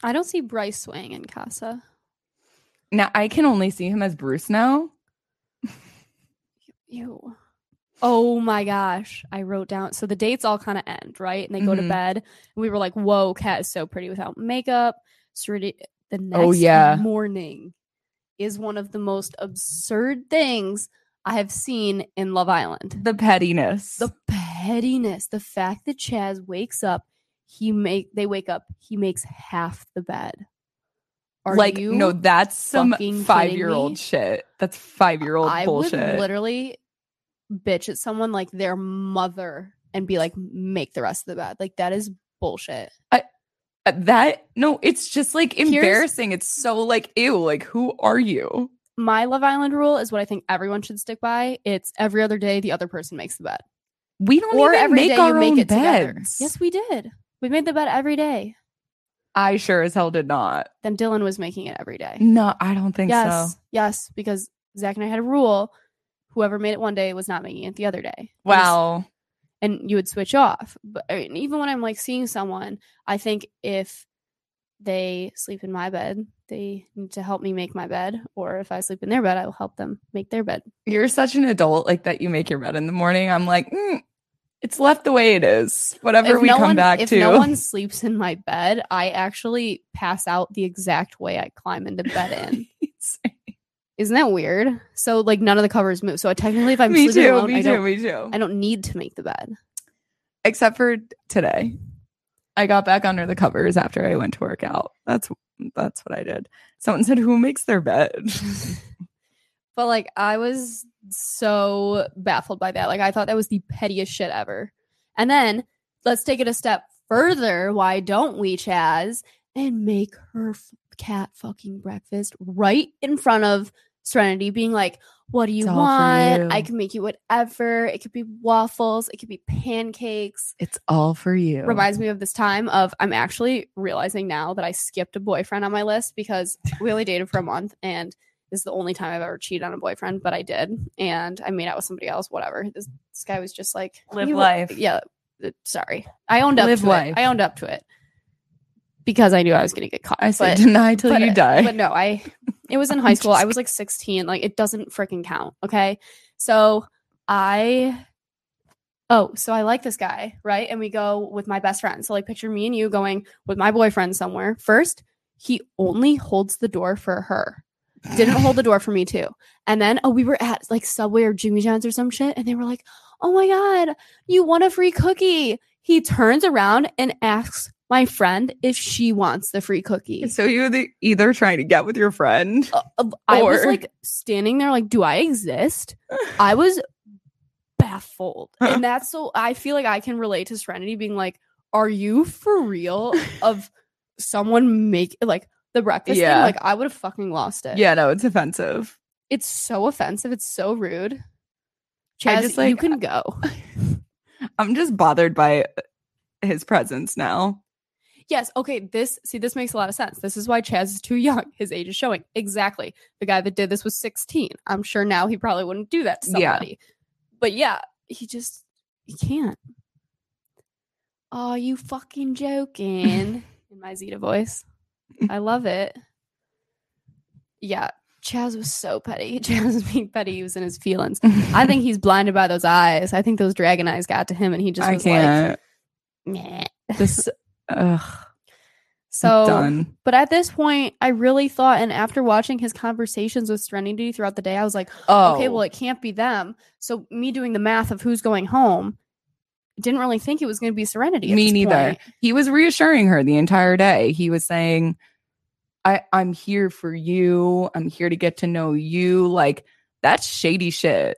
S2: I don't see Bryce swaying in Casa.
S1: Now I can only see him as Bruce now.
S2: Ew. Oh my gosh. I wrote down. So the dates all kind of end, right? And they go to
S1: Mhm.
S2: bed. And we were like, whoa, Kat is so pretty without makeup. Seriti- the next
S1: Oh, yeah.
S2: morning is one of the most absurd things I have seen in Love Island.
S1: The pettiness.
S2: The pettiness, the fact that Chaz wakes up, he make they wake up, he makes half the bed. Are
S1: like
S2: you
S1: no, that's some
S2: fucking kidding
S1: five year
S2: me?
S1: old shit. That's five year old
S2: I would
S1: bullshit.
S2: literally bitch at someone like their mother and be like, make the rest of the bed. Like that is bullshit.
S1: Uh, that no, it's just like
S2: Here's-
S1: embarrassing. it's so like ew. Like who are you?
S2: My Love Island rule is what I think everyone should stick by. It's every other day the other person makes the bed.
S1: We don't
S2: Or
S1: even
S2: every day
S1: make our
S2: you make
S1: own
S2: it together.
S1: beds.
S2: Yes, we did. We made the bed every day.
S1: I sure as hell did not.
S2: Then Dylan was making it every day.
S1: No, I don't think
S2: yes,
S1: so.
S2: yes, because Zach and I had a rule: whoever made it one day was not making it the other day.
S1: Wow.
S2: and, and you would switch off. But I mean, even when I'm like seeing someone, I think if they sleep in my bed, they need to help me make my bed, or if I sleep in their bed, I will help them make their bed.
S1: You're such an adult, like that you make your bed in the morning. I'm like, mm, it's left the way it is. Whatever
S2: if
S1: we
S2: no
S1: come
S2: one,
S1: back
S2: if
S1: to.
S2: no one sleeps in my bed, I actually pass out the exact way I climb into bed in. Isn't that weird? So like none of the covers move. So I technically, if I'm
S1: me
S2: sleeping
S1: too,
S2: alone,
S1: me
S2: I
S1: too,
S2: don't,
S1: me too.
S2: I don't need to make the bed.
S1: Except for today. I got back under the covers after I went to work out. That's that's what I did. Someone said, Who makes their bed?
S2: But like I was so baffled by that. Like I thought that was the pettiest shit ever. And then let's take it a step further. Why don't we, Chaz, and make her f- cat fucking breakfast right in front of Serenity, being like, "What do you
S1: It's all for
S2: want?
S1: you."
S2: I can make you whatever. It could be waffles. It could be pancakes."
S1: it's all for you.
S2: reminds me of this time of I'm actually realizing now that I skipped a boyfriend on my list because we only dated for a month and this is the only time I've ever cheated on a boyfriend, but I did and I made out with somebody else, whatever. This, this guy was just like
S1: Live
S2: you-
S1: life.
S2: Yeah. uh, Sorry. I owned up
S1: Live
S2: to
S1: life.
S2: it. I owned up to it. Because I knew I was gonna get caught.
S1: I say
S2: but-
S1: deny till
S2: but- uh,
S1: you die.
S2: But no, I it was in high
S1: I'm
S2: school. I
S1: just
S2: was like 16. Like it doesn't freaking count. Okay. So I oh, so I like this guy, right? And we go with my best friend. So like picture me and you going with my boyfriend somewhere. First, he only holds the door for her. Didn't hold the door for me too. And then oh, we were at like Subway or Jimmy John's or some shit, and they were like, Oh my god, you want a free cookie. He turns around and asks my friend if she wants the free cookie.
S1: so you're the, either trying to get with your friend.
S2: Uh, uh, I was
S1: Or-
S2: like standing there, like, do I exist? I was baffled, and that's so. I feel like I can relate to Serenity being like, "Are you for real?" Of someone make like the breakfast
S1: Yeah.
S2: thing. Like, I would have fucking lost it.
S1: Yeah, no, it's offensive.
S2: it's so offensive. It's so rude.
S1: I
S2: Chaz,
S1: just,
S2: you
S1: like-
S2: can go.
S1: I'm just bothered by his presence now.
S2: Yes. Okay. This see, this makes a lot of sense. This is why Chaz is too young. His age is showing. Exactly. The guy that did this was 16. I'm sure now he probably wouldn't do that to
S1: Yeah.
S2: somebody. But yeah, he just he can't. Are you fucking joking? In my Zeta voice. I love it. Yeah. Chaz was so petty. Chaz was being petty. He was in his feelings. I think he's blinded by those eyes. I think those dragon eyes got to him and he just
S1: I
S2: was
S1: can't.
S2: like, meh.
S1: this ugh,
S2: So
S1: done.
S2: But at this point, I really thought, and after watching his conversations with Serenity throughout the day, I was like,
S1: Oh,
S2: okay, well, it can't be them. So me doing the math of who's going home, didn't really think it was going to be Serenity. at
S1: Me
S2: this
S1: neither.
S2: point.
S1: he was reassuring her the entire day. He was saying, "I I'm here for you. I'm here to get to know you." Like that's shady shit.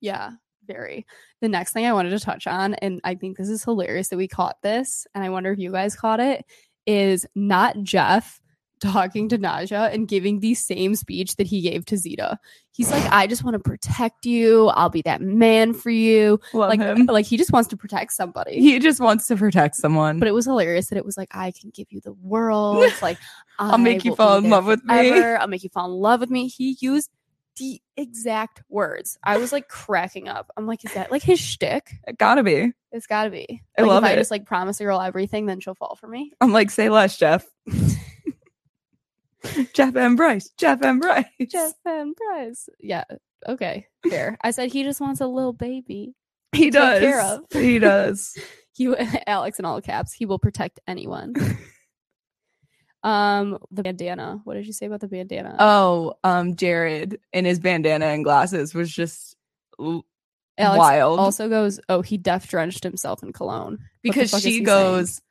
S2: Yeah, very. The next thing I wanted to touch on, and I think this is hilarious that we caught this, and I wonder if you guys caught it, is not Jeff talking to Naja and giving the same speech that he gave to Zeta. He's like, I just want to protect you. I'll be that man for you.
S1: Love
S2: like
S1: him.
S2: like he just wants to protect somebody
S1: He just wants to protect someone.
S2: but it was hilarious that it was like i can give you the world like
S1: I'll make you
S2: will
S1: fall
S2: be
S1: in
S2: there
S1: love with me.
S2: forever. i'll make you fall in love with me he used the exact words. I was like cracking up. I'm like, is that like his shtick?
S1: It gotta be.
S2: It's gotta be.
S1: I
S2: Like,
S1: love
S2: if I
S1: it.
S2: just like promise a girl everything, then she'll fall for me.
S1: I'm like, say less, Jeff. Jeff and Bryce. Jeff and Bryce.
S2: Jeff and Bryce. Yeah. Okay. Fair. I said he just wants a little baby.
S1: he
S2: take care
S1: does. He does.
S2: He, Alex, in all caps, he will protect anyone. um, the bandana. What did you say about the bandana?
S1: Oh, um, Jared in his bandana and glasses was just l-
S2: Alex
S1: wild
S2: also goes, oh, he death drenched himself in cologne. the
S1: because
S2: fuck is
S1: she
S2: he
S1: goes,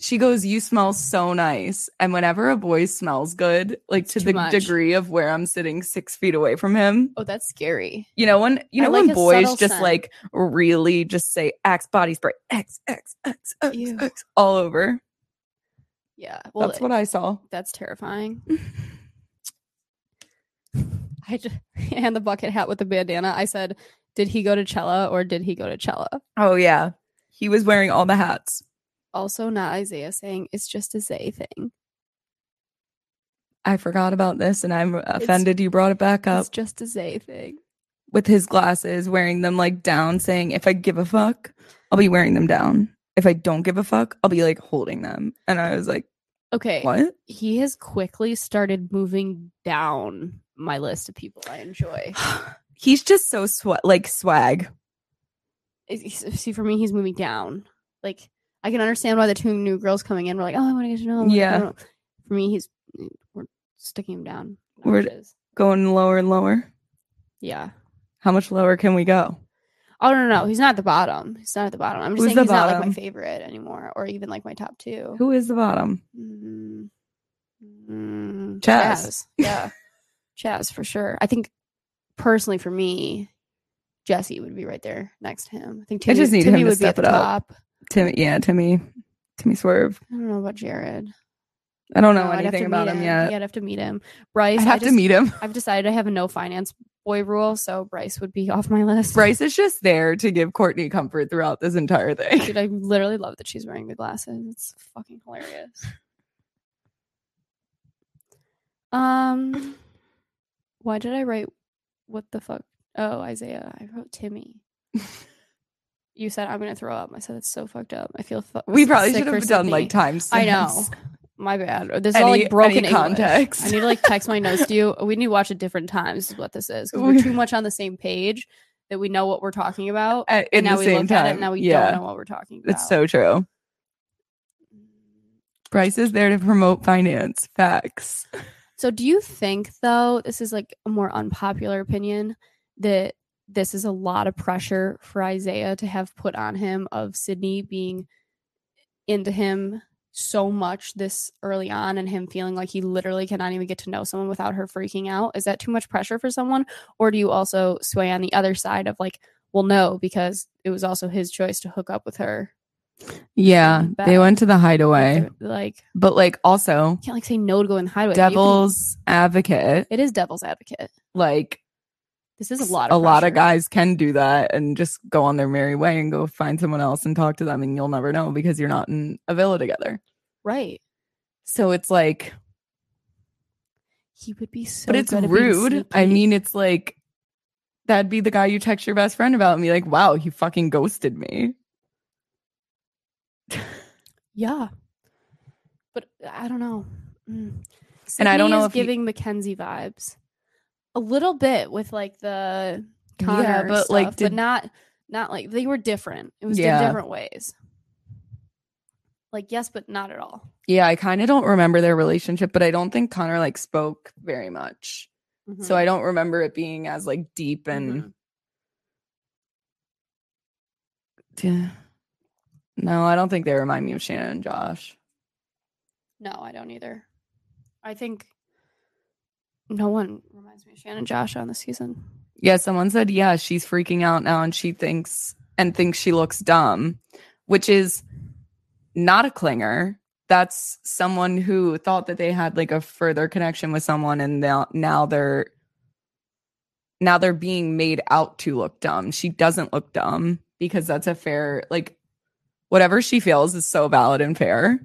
S1: she goes, you smell so nice, and whenever a boy smells good, like to
S2: too
S1: the
S2: much.
S1: degree of where I'm sitting six feet away from him.
S2: Oh, that's scary.
S1: You know when you
S2: I
S1: know
S2: like
S1: when
S2: a
S1: boys
S2: subtle
S1: just
S2: scent.
S1: like really just say Axe body spray X X X X
S2: Ew.
S1: X all over.
S2: Yeah. Well,
S1: That's what I saw.
S2: that's terrifying. I just, and the bucket hat with the bandana. I said, did he go to Cella or did he go to Cella?
S1: Oh yeah, he was wearing all the hats.
S2: Also, not Isaiah saying it's just a Zay thing.
S1: I forgot about this, and I'm offended you brought it back up
S2: It's just a Zay thing.
S1: with his glasses, wearing them like down, saying, "If I give a fuck, I'll be wearing them down. If I don't give a fuck, I'll be like holding them." And I was like,
S2: Okay.
S1: "What?"
S2: He has quickly started moving down my list of people I enjoy.
S1: He's just so swa- like swag.
S2: Is- is- See, for me, he's moving down. Like, I can understand why the two new girls coming in were like, oh, I want to get to know him. like, I
S1: Yeah.
S2: don't know." For me, he's, we're sticking him down.
S1: We're-
S2: Notches.
S1: Going lower and lower.
S2: yeah.
S1: How much lower can we go?
S2: Oh no, no, no, he's not at the bottom. He's not at the bottom. I'm just
S1: Who's
S2: saying
S1: the
S2: he's not like
S1: bottom?
S2: my favorite anymore, or even like my top two.
S1: Who is the bottom?
S2: Mm, mm,
S1: Chaz.
S2: yeah, Chaz for sure. I think personally for me, Jesse would be right there next to him. I think
S1: I
S2: Timmy,
S1: just need
S2: Timmy
S1: him to
S2: would
S1: step
S2: be
S1: it
S2: at the
S1: up.
S2: top.
S1: Timmy, yeah, Timmy, Timmy Swerve.
S2: I don't know about Jared.
S1: I don't know
S2: I'd have
S1: anything
S2: to
S1: about
S2: meet
S1: him, yet.
S2: Yeah, I'd have to meet him. Bryce,
S1: I'd
S2: I
S1: have to
S2: just-
S1: meet him.
S2: I've decided I have a no finance boy rule, so Bryce would be off my list.
S1: Bryce is just there to give Courtney comfort throughout this entire thing.
S2: Dude, I literally love that she's wearing the glasses. It's fucking hilarious. Um, why did I write what the fuck? Oh, Isaiah, I wrote Timmy. You said I'm gonna throw up. I said it's so fucked up. I feel fu-
S1: We probably
S2: sick
S1: should
S2: for
S1: have done like
S2: Sydney."
S1: times.
S2: I know. My bad. Or This is all
S1: Any-
S2: like broken
S1: any context.
S2: context. I need to like text my notes to you. We need to watch it different times. Is what this is 'cause we're
S1: We-
S2: too much on the same page that we know what we're talking about.
S1: Uh, At, in
S2: and now
S1: the
S2: we
S1: same
S2: look
S1: time.
S2: at it and now we
S1: yeah,
S2: don't know what we're talking about.
S1: it's so true. Bryce is there to promote finance facts.
S2: So do you think though, this is like a more unpopular opinion, that this is a lot of pressure for Isaiah to have put on him of Sydney being into him so much this early on and him feeling like he literally cannot even get to know someone without her freaking out? Is that too much pressure for someone? Or do you also sway on the other side of like, well, no, because it was also his choice to hook up with her.
S1: Yeah,
S2: Mm,
S1: they
S2: but-
S1: went to the hideaway,
S2: Like, you
S1: but like also
S2: can't like say no to go in the hideaway. You can-
S1: devil's advocate.
S2: it is devil's advocate.
S1: Like
S2: This is a lot
S1: a
S2: of
S1: lot of
S2: pressure.
S1: guys can do that and just go on their merry way and go find someone else and talk to them, and you'll never know because you're not in a villa together.
S2: Right.
S1: So it's like
S2: He would be so.
S1: but it's
S2: good at being
S1: rude. I
S2: sneaky.
S1: mean, it's like that'd be the guy you text your best friend about and be like, "Wow, he fucking ghosted me."
S2: yeah. But I don't know. Mm.
S1: And I don't
S2: Sydney
S1: know
S2: is
S1: if he-
S2: giving Mackenzie vibes, a little bit with like the
S1: Yeah,
S2: Connor,
S1: but,
S2: stuff,
S1: like,
S2: but
S1: did-
S2: not not like they were different. It was di-
S1: Yeah.
S2: different ways. Like yes, but not at all.
S1: Yeah, I kind of don't remember their relationship, but I don't think Connor like spoke very much,
S2: Mm-hmm.
S1: so I don't remember it being as like deep and. Yeah. No, I don't think they remind me of Shannon and Josh.
S2: no, I don't either. I think no one reminds me of Shannon Josh on the season.
S1: Yeah, someone said, yeah, she's freaking out now and she thinks and thinks she looks dumb, which is not a clinger. That's someone who thought that they had like a further connection with someone and now now they're now they're being made out to look dumb. She doesn't look dumb because that's a fair like whatever she feels is so valid and fair.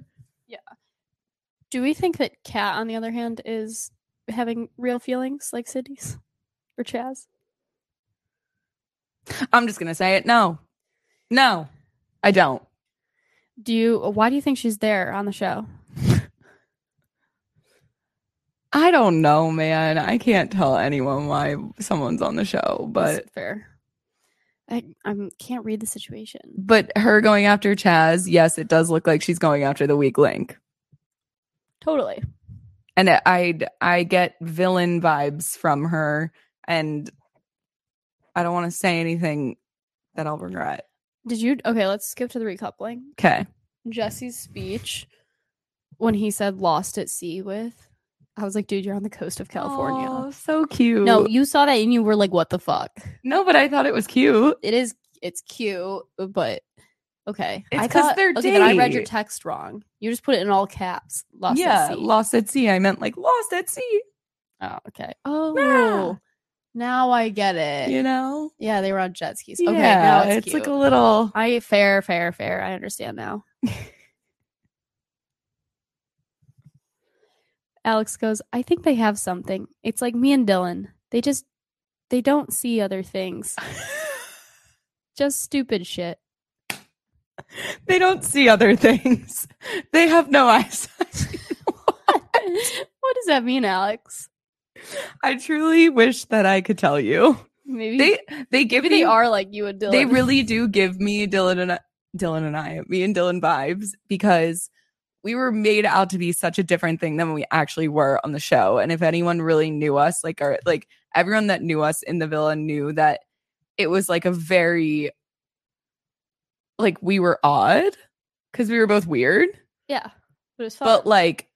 S2: Do we think that Kat, on the other hand, is having real feelings like Sydney's? or Chaz?
S1: I'm just gonna say it. No, no, I don't.
S2: Do you? Why do you think she's there on the show?
S1: I don't know, man. I can't tell anyone why someone's on the show, but
S2: That's fair. I I can't read the situation.
S1: but her going after Chaz, yes, it does look like she's going after the weak link,
S2: Totally.
S1: and I I, I get villain vibes from her, and I don't want to say anything that I'll regret.
S2: Did you? Okay, let's skip to the recoupling.
S1: Okay,
S2: Jesse's speech when he said "lost at sea" with, I was like, dude, you're on the coast of California.
S1: Aw, so cute.
S2: No, you saw that and you were like, what the fuck?
S1: no, but I thought it was cute.
S2: It is. It's cute, but okay.
S1: It's
S2: I
S1: 'cause
S2: thought-
S1: they're
S2: okay, then I read your
S1: date.
S2: text wrong. You just put it in all caps. Lost
S1: yeah,
S2: at sea.
S1: lost at sea. I meant like lost at sea.
S2: Oh, okay. Oh, now I get it.
S1: You know.
S2: yeah, they were on jet skis.
S1: Yeah,
S2: okay, now it's,
S1: like
S2: cute.
S1: a little.
S2: I fair, fair, fair. I understand now. Alex goes, I think they have something. It's like me and Dylan. They just they don't see other things. Just stupid shit.
S1: they don't see other things. They have no eyesight.
S2: what does that mean, Alex?
S1: I truly wish that I could tell you.
S2: Maybe
S1: They they give
S2: maybe they
S1: me-
S2: are like you and Dylan.
S1: They really do give me Dylan and I, Dylan and I, me and Dylan vibes because we were made out to be such a different thing than we actually were on the show. And if anyone really knew us, like our like everyone that knew us in the villa knew that it was like a very like we were odd because we were both weird,
S2: Yeah. But it was fun.
S1: but
S2: But,
S1: like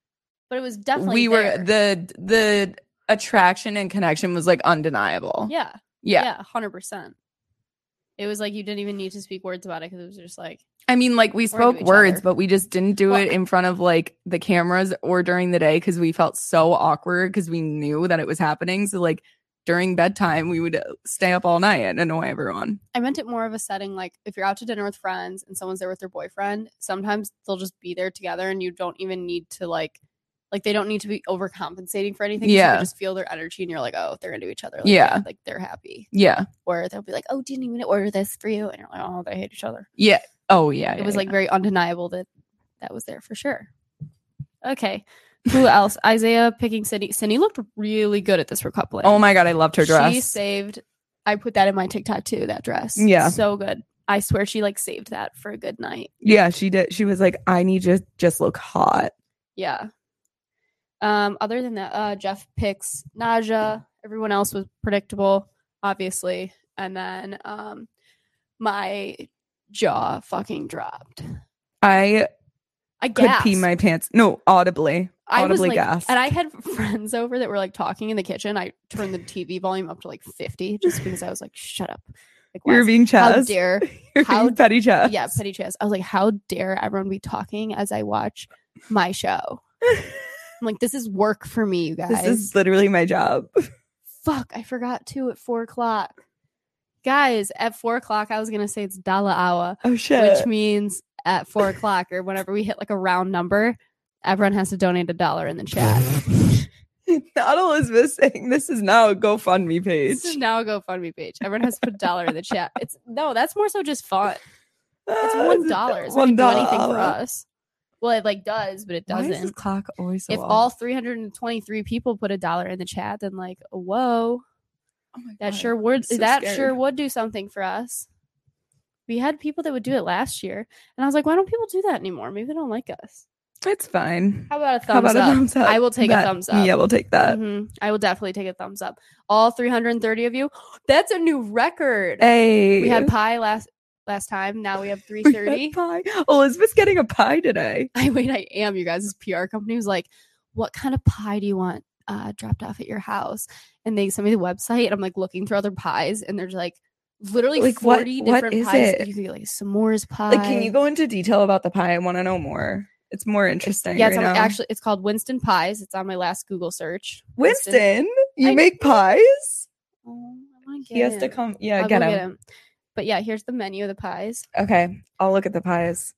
S2: it was definitely
S1: we
S2: there.
S1: were the the attraction and connection was like undeniable.
S2: Yeah.
S1: yeah.
S2: Yeah, hundred percent. It was like you didn't even need to speak words about it because it was just like
S1: I mean, like we
S2: to
S1: spoke
S2: each
S1: words,
S2: other.
S1: but we just didn't do
S2: Well-
S1: it in front of like the cameras or during the day because we felt so awkward because we knew that it was happening. So like during bedtime, we would uh, stay up all night and annoy everyone.
S2: I meant it more of a setting like if you're out to dinner with friends and someone's there with their boyfriend, sometimes they'll just be there together and you don't even need to like like they don't need to be overcompensating for anything. 'cause You
S1: Yeah.
S2: can just feel their energy and you're like, oh, they're into each other. Like,
S1: Yeah.
S2: Like they're happy.
S1: Yeah.
S2: Or they'll be like, oh, didn't even order this for you. And you're like, oh, they hate each other.
S1: Yeah. Oh yeah.
S2: It was like very undeniable that that was there for sure. Okay. Who else? Isaiah picking Cindy. Cindy looked really good at this recoupling.
S1: oh my god, I loved her dress.
S2: She saved. I put that in my TikTok too. That dress.
S1: Yeah.
S2: so good. I swear she like saved that for a good night.
S1: yeah, she did. She was like, I need to just look hot.
S2: Yeah. Um. Other than that, uh, Jeff picks Naja. Everyone else was predictable, obviously. And then, um, my jaw fucking dropped.
S1: I
S2: I
S1: could
S2: gasped.
S1: pee my pants. No, audibly.
S2: I was
S1: audibly
S2: like,
S1: gasped.
S2: and I had friends over that were like talking in the kitchen. I turned the TV volume up to like fifty just because I was like, "Shut up!" Like,
S1: You're
S2: Wes,
S1: being
S2: how
S1: Chaz.
S2: dare
S1: You're
S2: how-
S1: being petty Chaz.
S2: yeah, petty chance. I was like, how dare everyone be talking as I watch my show? I'm like, this is work for me, you guys.
S1: This is literally my job.
S2: Fuck, I forgot too at four o'clock. Guys, at four o'clock, I was gonna say it's Dala Awa,
S1: Oh shit.
S2: which means at four o'clock or whenever we hit like a round number, everyone has to donate a dollar in the chat.
S1: Not Elizabeth saying this is now a GoFundMe page.
S2: This is now a GoFundMe page. Everyone has to put a dollar in the chat. It's no, that's more so just fun. It's
S1: Ah,
S2: one
S1: this-
S2: dollar. It's not
S1: One
S2: gonna
S1: dollar.
S2: do anything for us. Well, it like does, but it
S1: Why
S2: doesn't.
S1: is this clock always so
S2: if
S1: off?
S2: all 323 people put a dollar in the chat, then like, whoa,
S1: Oh my
S2: that
S1: God.
S2: sure would
S1: so
S2: that
S1: scared.
S2: sure would do something for us. We had people that would do it last year, and I was like, why don't people do that anymore? Maybe they don't like us.
S1: It's fine.
S2: How about
S1: How
S2: a thumbs,
S1: about
S2: up?
S1: a thumbs up?
S2: I will take
S1: That-
S2: a thumbs up.
S1: Yeah, we'll take that.
S2: Mhm. I will definitely take a thumbs up. All 330 of you. That's a new record.
S1: Hey,
S2: We had pie last last time. Now we have
S1: we had
S2: 330.
S1: pie. Oh, Elizabeth's getting a pie today.
S2: I wait, I am, you guys. This PR company was like, what kind of pie do you want uh, dropped off at your house? And they sent me the website, and I'm like looking through other pies, and there's like literally
S1: Like, what-
S2: 40
S1: what
S2: different
S1: is
S2: pies.
S1: it?
S2: You could get like s'mores pie.
S1: Like, can you go into detail about the pie? I want to know more. It's more interesting.
S2: Yeah, it's
S1: right
S2: on my,
S1: now.
S2: actually it's called Winston Pies. It's on my last Google search.
S1: Winston, you
S2: I-
S1: make pies.
S2: Oh, I wanna
S1: He has
S2: get
S1: to
S2: him.
S1: come. Yeah,
S2: I'll
S1: get,
S2: go
S1: him.
S2: get him. But yeah, here's the menu of the pies.
S1: Okay, I'll look at the pies.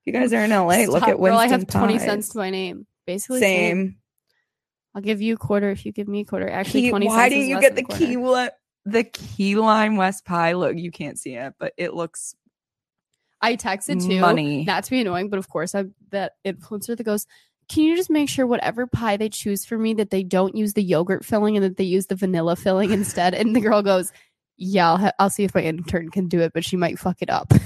S1: If you guys are in LA, look
S2: Stop,
S1: at Winston
S2: Girl, I have 20
S1: pies.
S2: cents to my name. Basically,
S1: Same.
S2: I'll give you a quarter if you give me a quarter. Actually,
S1: Key-
S2: twenty.
S1: why
S2: cents
S1: do
S2: is
S1: you
S2: less
S1: get
S2: than a
S1: the
S2: quarter.
S1: key li- the key lime West Pie look? You can't see it, but it looks
S2: I texted too.
S1: money.
S2: Not to be annoying, but of course, I'm that influencer that goes. Can you just make sure whatever pie they choose for me that they don't use the yogurt filling and that they use the vanilla filling instead? And the girl goes, "Yeah, I'll, ha- I'll see if my intern can do it, but she might fuck it up."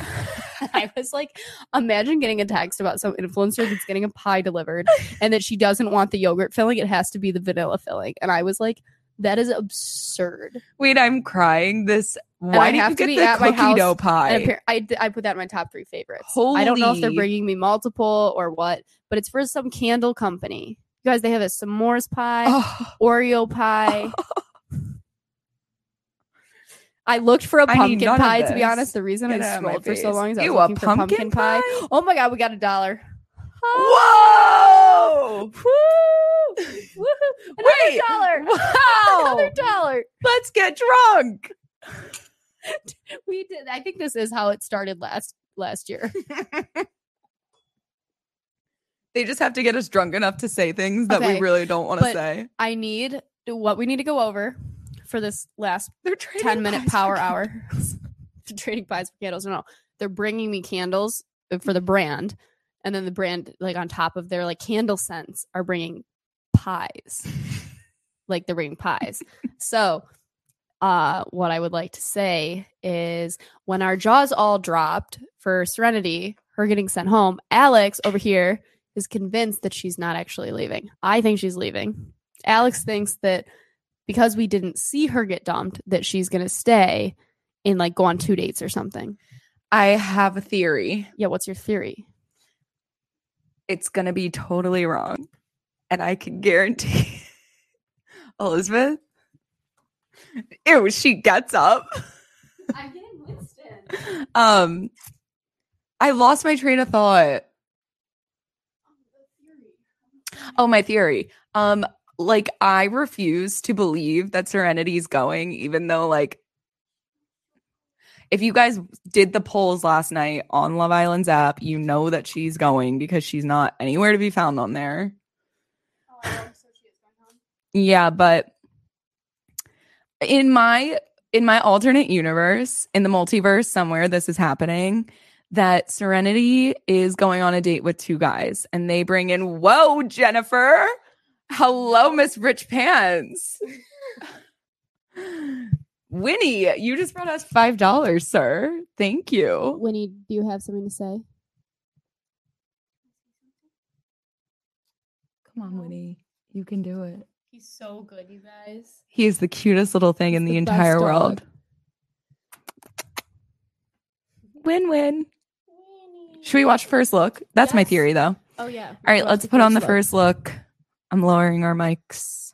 S2: I was like, imagine getting a text about some influencer that's getting a pie delivered and that she doesn't want the yogurt filling; it has to be the vanilla filling. And I was like, that is absurd.
S1: Wait, I'm crying. This why
S2: I
S1: do you
S2: have to
S1: get
S2: be
S1: the
S2: at my
S1: cookie
S2: house
S1: dough
S2: And
S1: pie?
S2: appar- I, d- I put that in my top three favorites. I don't know if they're
S1: Holy-
S2: bringing me multiple or what, but it's for some candle company. You guys, they have a s'mores pie,
S1: Oh,
S2: Oreo pie. I looked for a
S1: I need
S2: pumpkin
S1: none of
S2: pie. To be
S1: this.
S2: honest, the reason
S1: get out
S2: I
S1: of my
S2: scrolled for so
S1: face.
S2: long is I was
S1: Ew, a
S2: looking for pumpkin,
S1: pumpkin
S2: pie.
S1: pie?
S2: Oh my god, we got a dollar!
S1: Whoa!
S2: Woo! Woohoo! Another
S1: Wait,
S2: dollar! Another
S1: Wow!
S2: dollar!
S1: Let's get drunk.
S2: We did. I think this is how it started last last year.
S1: They just have to get us drunk enough to say things that
S2: Okay,
S1: we really don't want to
S2: but-
S1: say.
S2: I need what we need to go over for this last
S1: They're trading
S2: 10 minute
S1: pies for
S2: power
S1: candles.
S2: hour trading pies for candles. No, no, they're bringing me candles uh, for the brand, and then the brand, like on top of their like candle scents, are bringing pies, like they're bringing pies. so, uh, what I would like to say is when our jaws all dropped for Serenity, her getting sent home, Alex over here is convinced that she's not actually leaving. I think she's leaving. Alex thinks that because we didn't see her get dumped that she's going to stay and like go on two dates or something.
S1: I have a theory.
S2: Yeah, what's your theory?
S1: It's gonna be totally wrong, and I can guarantee. Elizabeth, ew, she gets up.
S2: I'm getting Winston.
S1: Um, I lost my train of thought. Oh, my theory. Um, like I refuse to believe that Serenity's going, even though like if you guys did the polls last night on Love Island's app, you know that she's going because she's not anywhere to be found on there.
S2: Oh,
S1: Yeah, but in my in my alternate universe, in the multiverse somewhere this is happening that Serenity is going on a date with two guys and they bring in whoa Jennifer. Hello Miss Rich Pants. Winnie, you just brought us $5, sir. Thank you.
S2: Winnie, do you have something to say?
S1: Come on, Winnie. You can do it.
S2: He's so good, you guys.
S1: He is the cutest little thing in
S2: He's
S1: the,
S2: the best
S1: entire
S2: dog.
S1: world. Win win. Should we watch First Look? That's my
S2: Yes.
S1: theory, though. All
S2: Oh yeah. All
S1: right, let's put on the first look. I'm lowering our mics.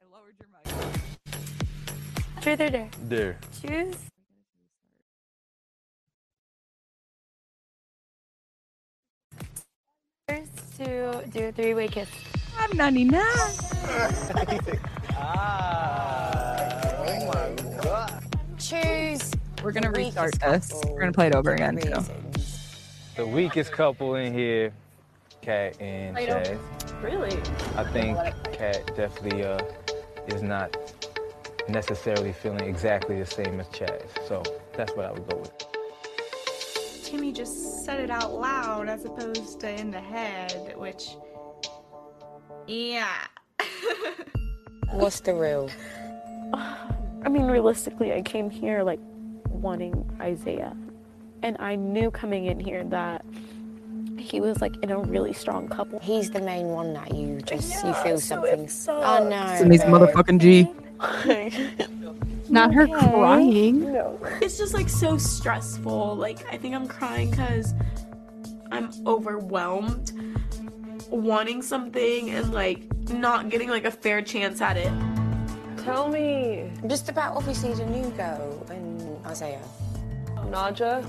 S1: I lowered your mic.
S3: Truth or dare?
S4: There.
S3: Choose. First to do a three-way kiss.
S1: I'm 99.
S3: Choose.
S1: We're gonna restart this. We're gonna play it over again too.
S4: The weakest couple in here, Cat and Chaz. Really? I think Cat definitely uh, is not necessarily feeling exactly the same as Chaz. So that's what I would go with.
S5: Timmy just said it out loud as opposed to in the head, which. Yeah.
S6: What's the real?
S7: I mean, realistically, I came here like wanting Isaiah. And I knew coming in here that he was like in a really strong couple.
S6: He's the main one that you just you feel something. I know.
S1: motherfucking G.
S2: Not her crying.
S8: It's just like so stressful. Like, I think I'm crying because I'm overwhelmed, wanting something and like not getting like a fair chance at it.
S9: Tell me,
S6: Just about obviously the new girl and Isaiah.
S9: Naja,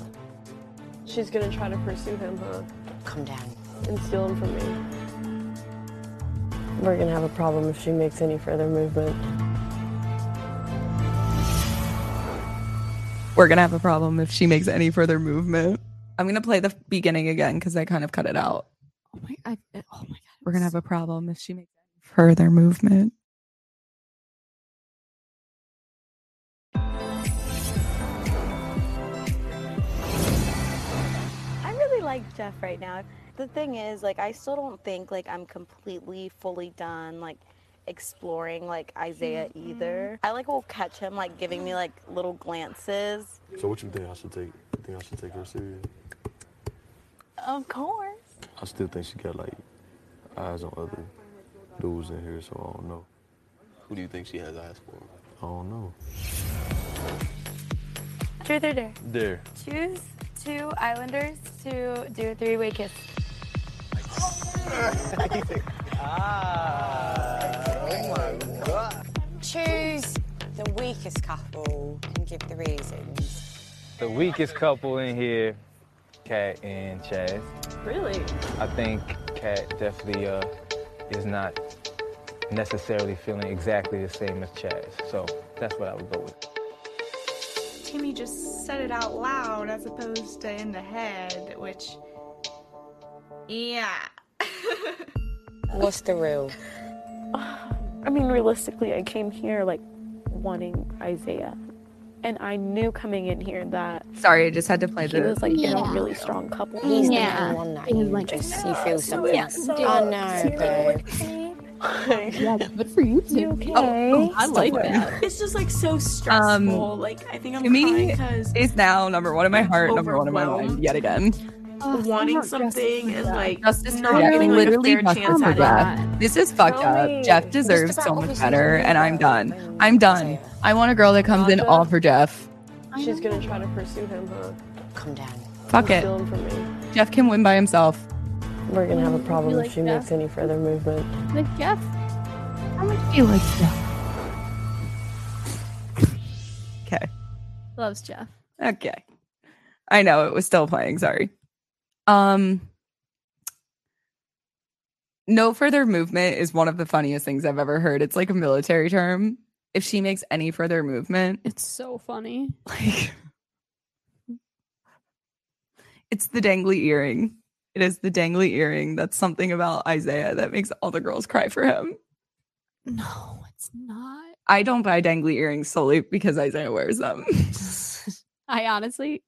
S9: she's gonna try to pursue him, huh?
S6: Come down.
S9: And steal him from me. We're gonna have a problem if she makes any further movement.
S1: We're gonna have a problem if she makes any further movement. I'm gonna play the beginning again because I kind of cut it out.
S2: Oh my, I, oh my god.
S1: We're gonna have a problem if she makes further movement.
S10: I really like Jeff right now. The thing is, like, I still don't think like I'm completely fully done like exploring like Isaiah either. I like will catch him like giving me like little glances.
S11: So what you think I should take? You think I should take her serious?
S10: Of course.
S11: I still think she got like eyes on other dudes in here, so I don't know.
S12: Who do you think she has eyes for?
S11: I don't know.
S3: Truth or dare?
S12: There.
S3: Choose two islanders to do a three-way kiss.
S6: Choose the weakest couple and give the reasons.
S4: The weakest couple in here, Kat and Chaz.
S8: Really?
S4: I think Kat definitely uh, is not necessarily feeling exactly the same as Chaz. So that's what I would go with.
S5: Timmy just said it out loud as opposed to in the head, which. Yeah.
S6: What's the real?
S7: I mean, realistically, I came here like wanting Isaiah. And I knew coming in here that
S1: Sorry, I just had to play
S7: he
S1: the.
S7: was like in a
S1: Yeah.
S7: really strong couple.
S6: He's the only one that you just you feel something. I know, babe.
S2: yeah, good for you too.
S1: oh, I like that.
S8: It's just like so stressful. like I think I'm crying
S1: Timmy
S8: because
S1: is now number one in my heart, number one in my mind, yet again.
S8: wanting something and like
S1: Justice for
S8: not
S1: Jeff.
S8: getting like, a
S1: Literally
S8: fair
S1: justice
S8: chance
S1: for
S8: at it.
S1: Jeff. This is fucked up. Jeff deserves so much better, and I'm done. I'm done. I want a girl that comes in all for Jeff.
S9: She's gonna try to pursue him, huh?
S6: Come down.
S1: Fuck
S9: You're
S1: it.
S9: stealing from me.
S1: Jeff can win by himself.
S9: We're gonna have a problem
S2: You
S9: if
S2: like
S9: she
S2: that?
S9: makes any further movement.
S2: Like Jeff.
S1: How much do you like Jeff? Okay.
S2: Loves Jeff.
S1: Okay. I know it was still playing, sorry. Um No further movement is one of the funniest things I've ever heard. It's like a military term. If she makes any further movement,
S2: It's so funny.
S1: like it's the dangly earring. It is the dangly earring. That's something about Isaiah that makes all the girls cry for him.
S2: No, it's not.
S1: I don't buy dangly earrings solely because Isaiah wears them.
S2: I honestly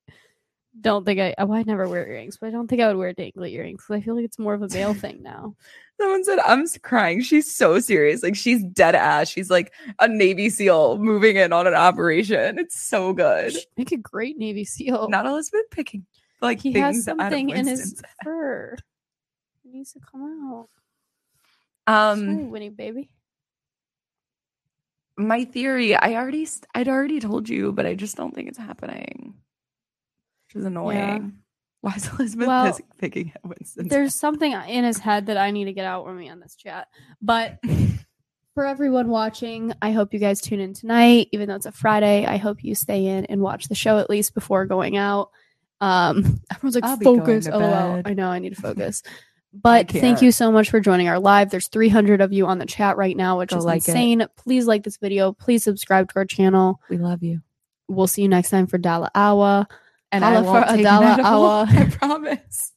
S2: don't think I. Oh, I never wear earrings, but I don't think I would wear dangly earrings because I feel like it's more of a male thing now.
S1: Someone said, I'm s- crying. She's so serious. Like, she's dead ass. She's like a Navy SEAL moving in on an operation. It's so good.
S2: Make a great Navy SEAL.
S1: Not Elizabeth picking. Like,
S2: oh. he
S1: things
S2: has
S1: out of
S2: something in his
S1: Winston's-
S2: fur. It needs to come out. Sorry,
S1: Um,
S2: Winnie, baby.
S1: my theory, I already, s- I'd already told you, but I just don't think it's happening. Which is annoying. Why is Elizabeth
S2: Well,
S1: piss- picking at Winston's?
S2: There's something in his head that I need to get out when we end this chat. But for everyone watching, I hope you guys tune in tonight. Even though it's a Friday, I hope you stay in and watch the show at least before going out. Um, everyone's like,
S1: I'll be going
S2: focus.
S1: to
S2: LOL.
S1: bed.
S2: I know I need to focus. But thank
S1: can't.
S2: you so much for joining our live. There's 300 of you on the chat right now, which
S1: Go
S2: is
S1: like it.
S2: insane. Please like this video. Please subscribe to our channel.
S1: we love you.
S2: We'll see you next time for Dala Awa.
S1: And
S2: Dollar
S1: I
S2: for
S1: won't
S2: a
S1: take an
S2: dollar
S1: edible,
S2: hour.
S1: I promise.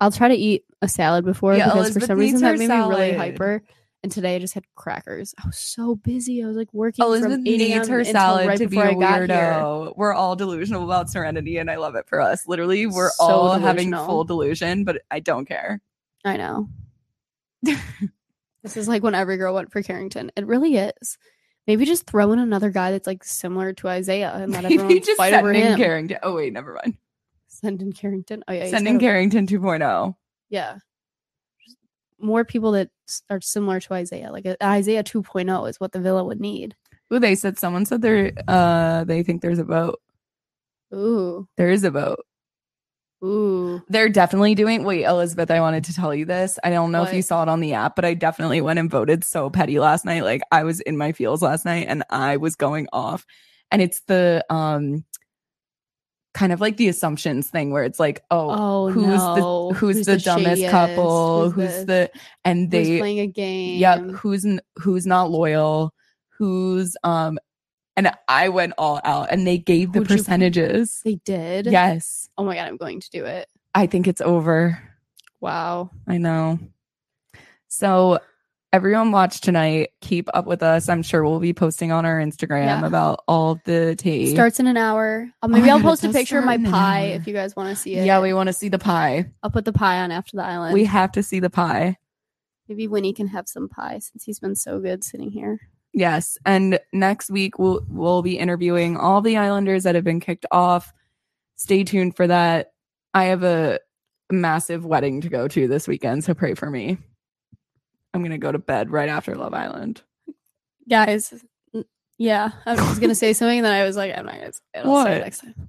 S2: I'll try to eat a salad before
S1: Yeah,
S2: because for
S1: Elizabeth
S2: some
S1: needs
S2: reason that
S1: her
S2: made me really
S1: salad.
S2: hyper. And today I just had crackers. I was so busy. I was like working.
S1: Elizabeth
S2: from 8
S1: needs
S2: a.m.
S1: her
S2: until
S1: salad
S2: right
S1: to be a
S2: before I got here.
S1: weirdo. We're all delusional about serenity, and I love it for us. Literally, we're
S2: So
S1: all having
S2: delusional.
S1: full delusion, but I don't care.
S2: I know. this is like when every girl went for Carrington. It really is. Maybe just throw in another guy that's like similar to Isaiah and let everyone
S1: Maybe just
S2: fight over
S1: sending
S2: him.
S1: Carrington. Oh wait, never mind.
S2: Send in Carrington. Oh yeah, he's
S1: sending
S2: got a-
S1: Carrington oh. 2.0.
S2: Yeah. Just More people that s- are similar to Isaiah. Like a, Isaiah 2.0 is what the villa would need.
S1: Ooh, they said someone said there. Uh, they think there's a boat.
S2: Ooh.
S1: There is a boat.
S2: Ooh.
S1: They're definitely doing. Wait, Elizabeth, I wanted to tell you this. I don't know if you
S2: What?
S1: saw it on the app, but I definitely went and voted so petty last night. Like I was in my feels last night and I was going off. And it's the um kind of like the assumptions thing where it's like, oh,
S2: Oh,
S1: who's
S2: no.
S1: the who's, the, dumbest
S2: shittiest?
S1: couple? Who's,
S2: this?
S1: the and
S2: who's
S1: they
S2: playing a game?
S1: yep, who's n- who's not loyal, who's um and I went all out and they gave the
S2: Who'd you-
S1: percentages.
S2: They did.
S1: Yes.
S2: Oh my god, I'm going to do it.
S1: I think it's over.
S2: Wow.
S1: I know. So everyone watch tonight. Keep up with us. I'm sure we'll be posting on our Instagram
S2: Yeah.
S1: about all of the tea.
S2: Starts in an hour. Uh,
S1: Oh
S2: maybe
S1: my
S2: I'll
S1: God, it
S2: post a
S1: does
S2: picture of
S1: start
S2: my
S1: in an
S2: pie
S1: hour.
S2: if you guys want to see it.
S1: yeah, we want to see the pie.
S2: I'll put the pie on after the island.
S1: We have to see the pie.
S2: maybe Winnie can have some pie since he's been so good sitting here.
S1: Yes. And next week we'll we'll be interviewing all the Islanders that have been kicked off. Stay tuned for that. I have a massive wedding to go to this weekend, so pray for me. I'm gonna go to bed right after Love Island.
S2: Guys, n- yeah, I was gonna say something, and then I was like, I'm not gonna. Say it. I'll say
S1: What?
S2: it next time.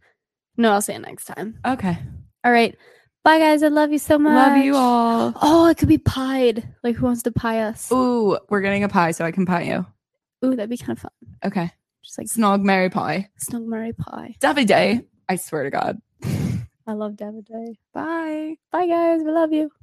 S2: No, I'll say it next time.
S1: Okay.
S2: All right. Bye, guys. I love you so much.
S1: Love you all.
S2: Oh, it could be pied. Like, who wants to pie us?
S1: Ooh, we're getting a pie, so I can pie you.
S2: Ooh, that'd be kind of fun.
S1: Okay.
S2: Just like
S1: snog Mary pie.
S2: Snug Murray pie.
S1: Davide. I swear to God.
S2: I love Daviday.
S1: Bye.
S2: Bye, guys. We love you.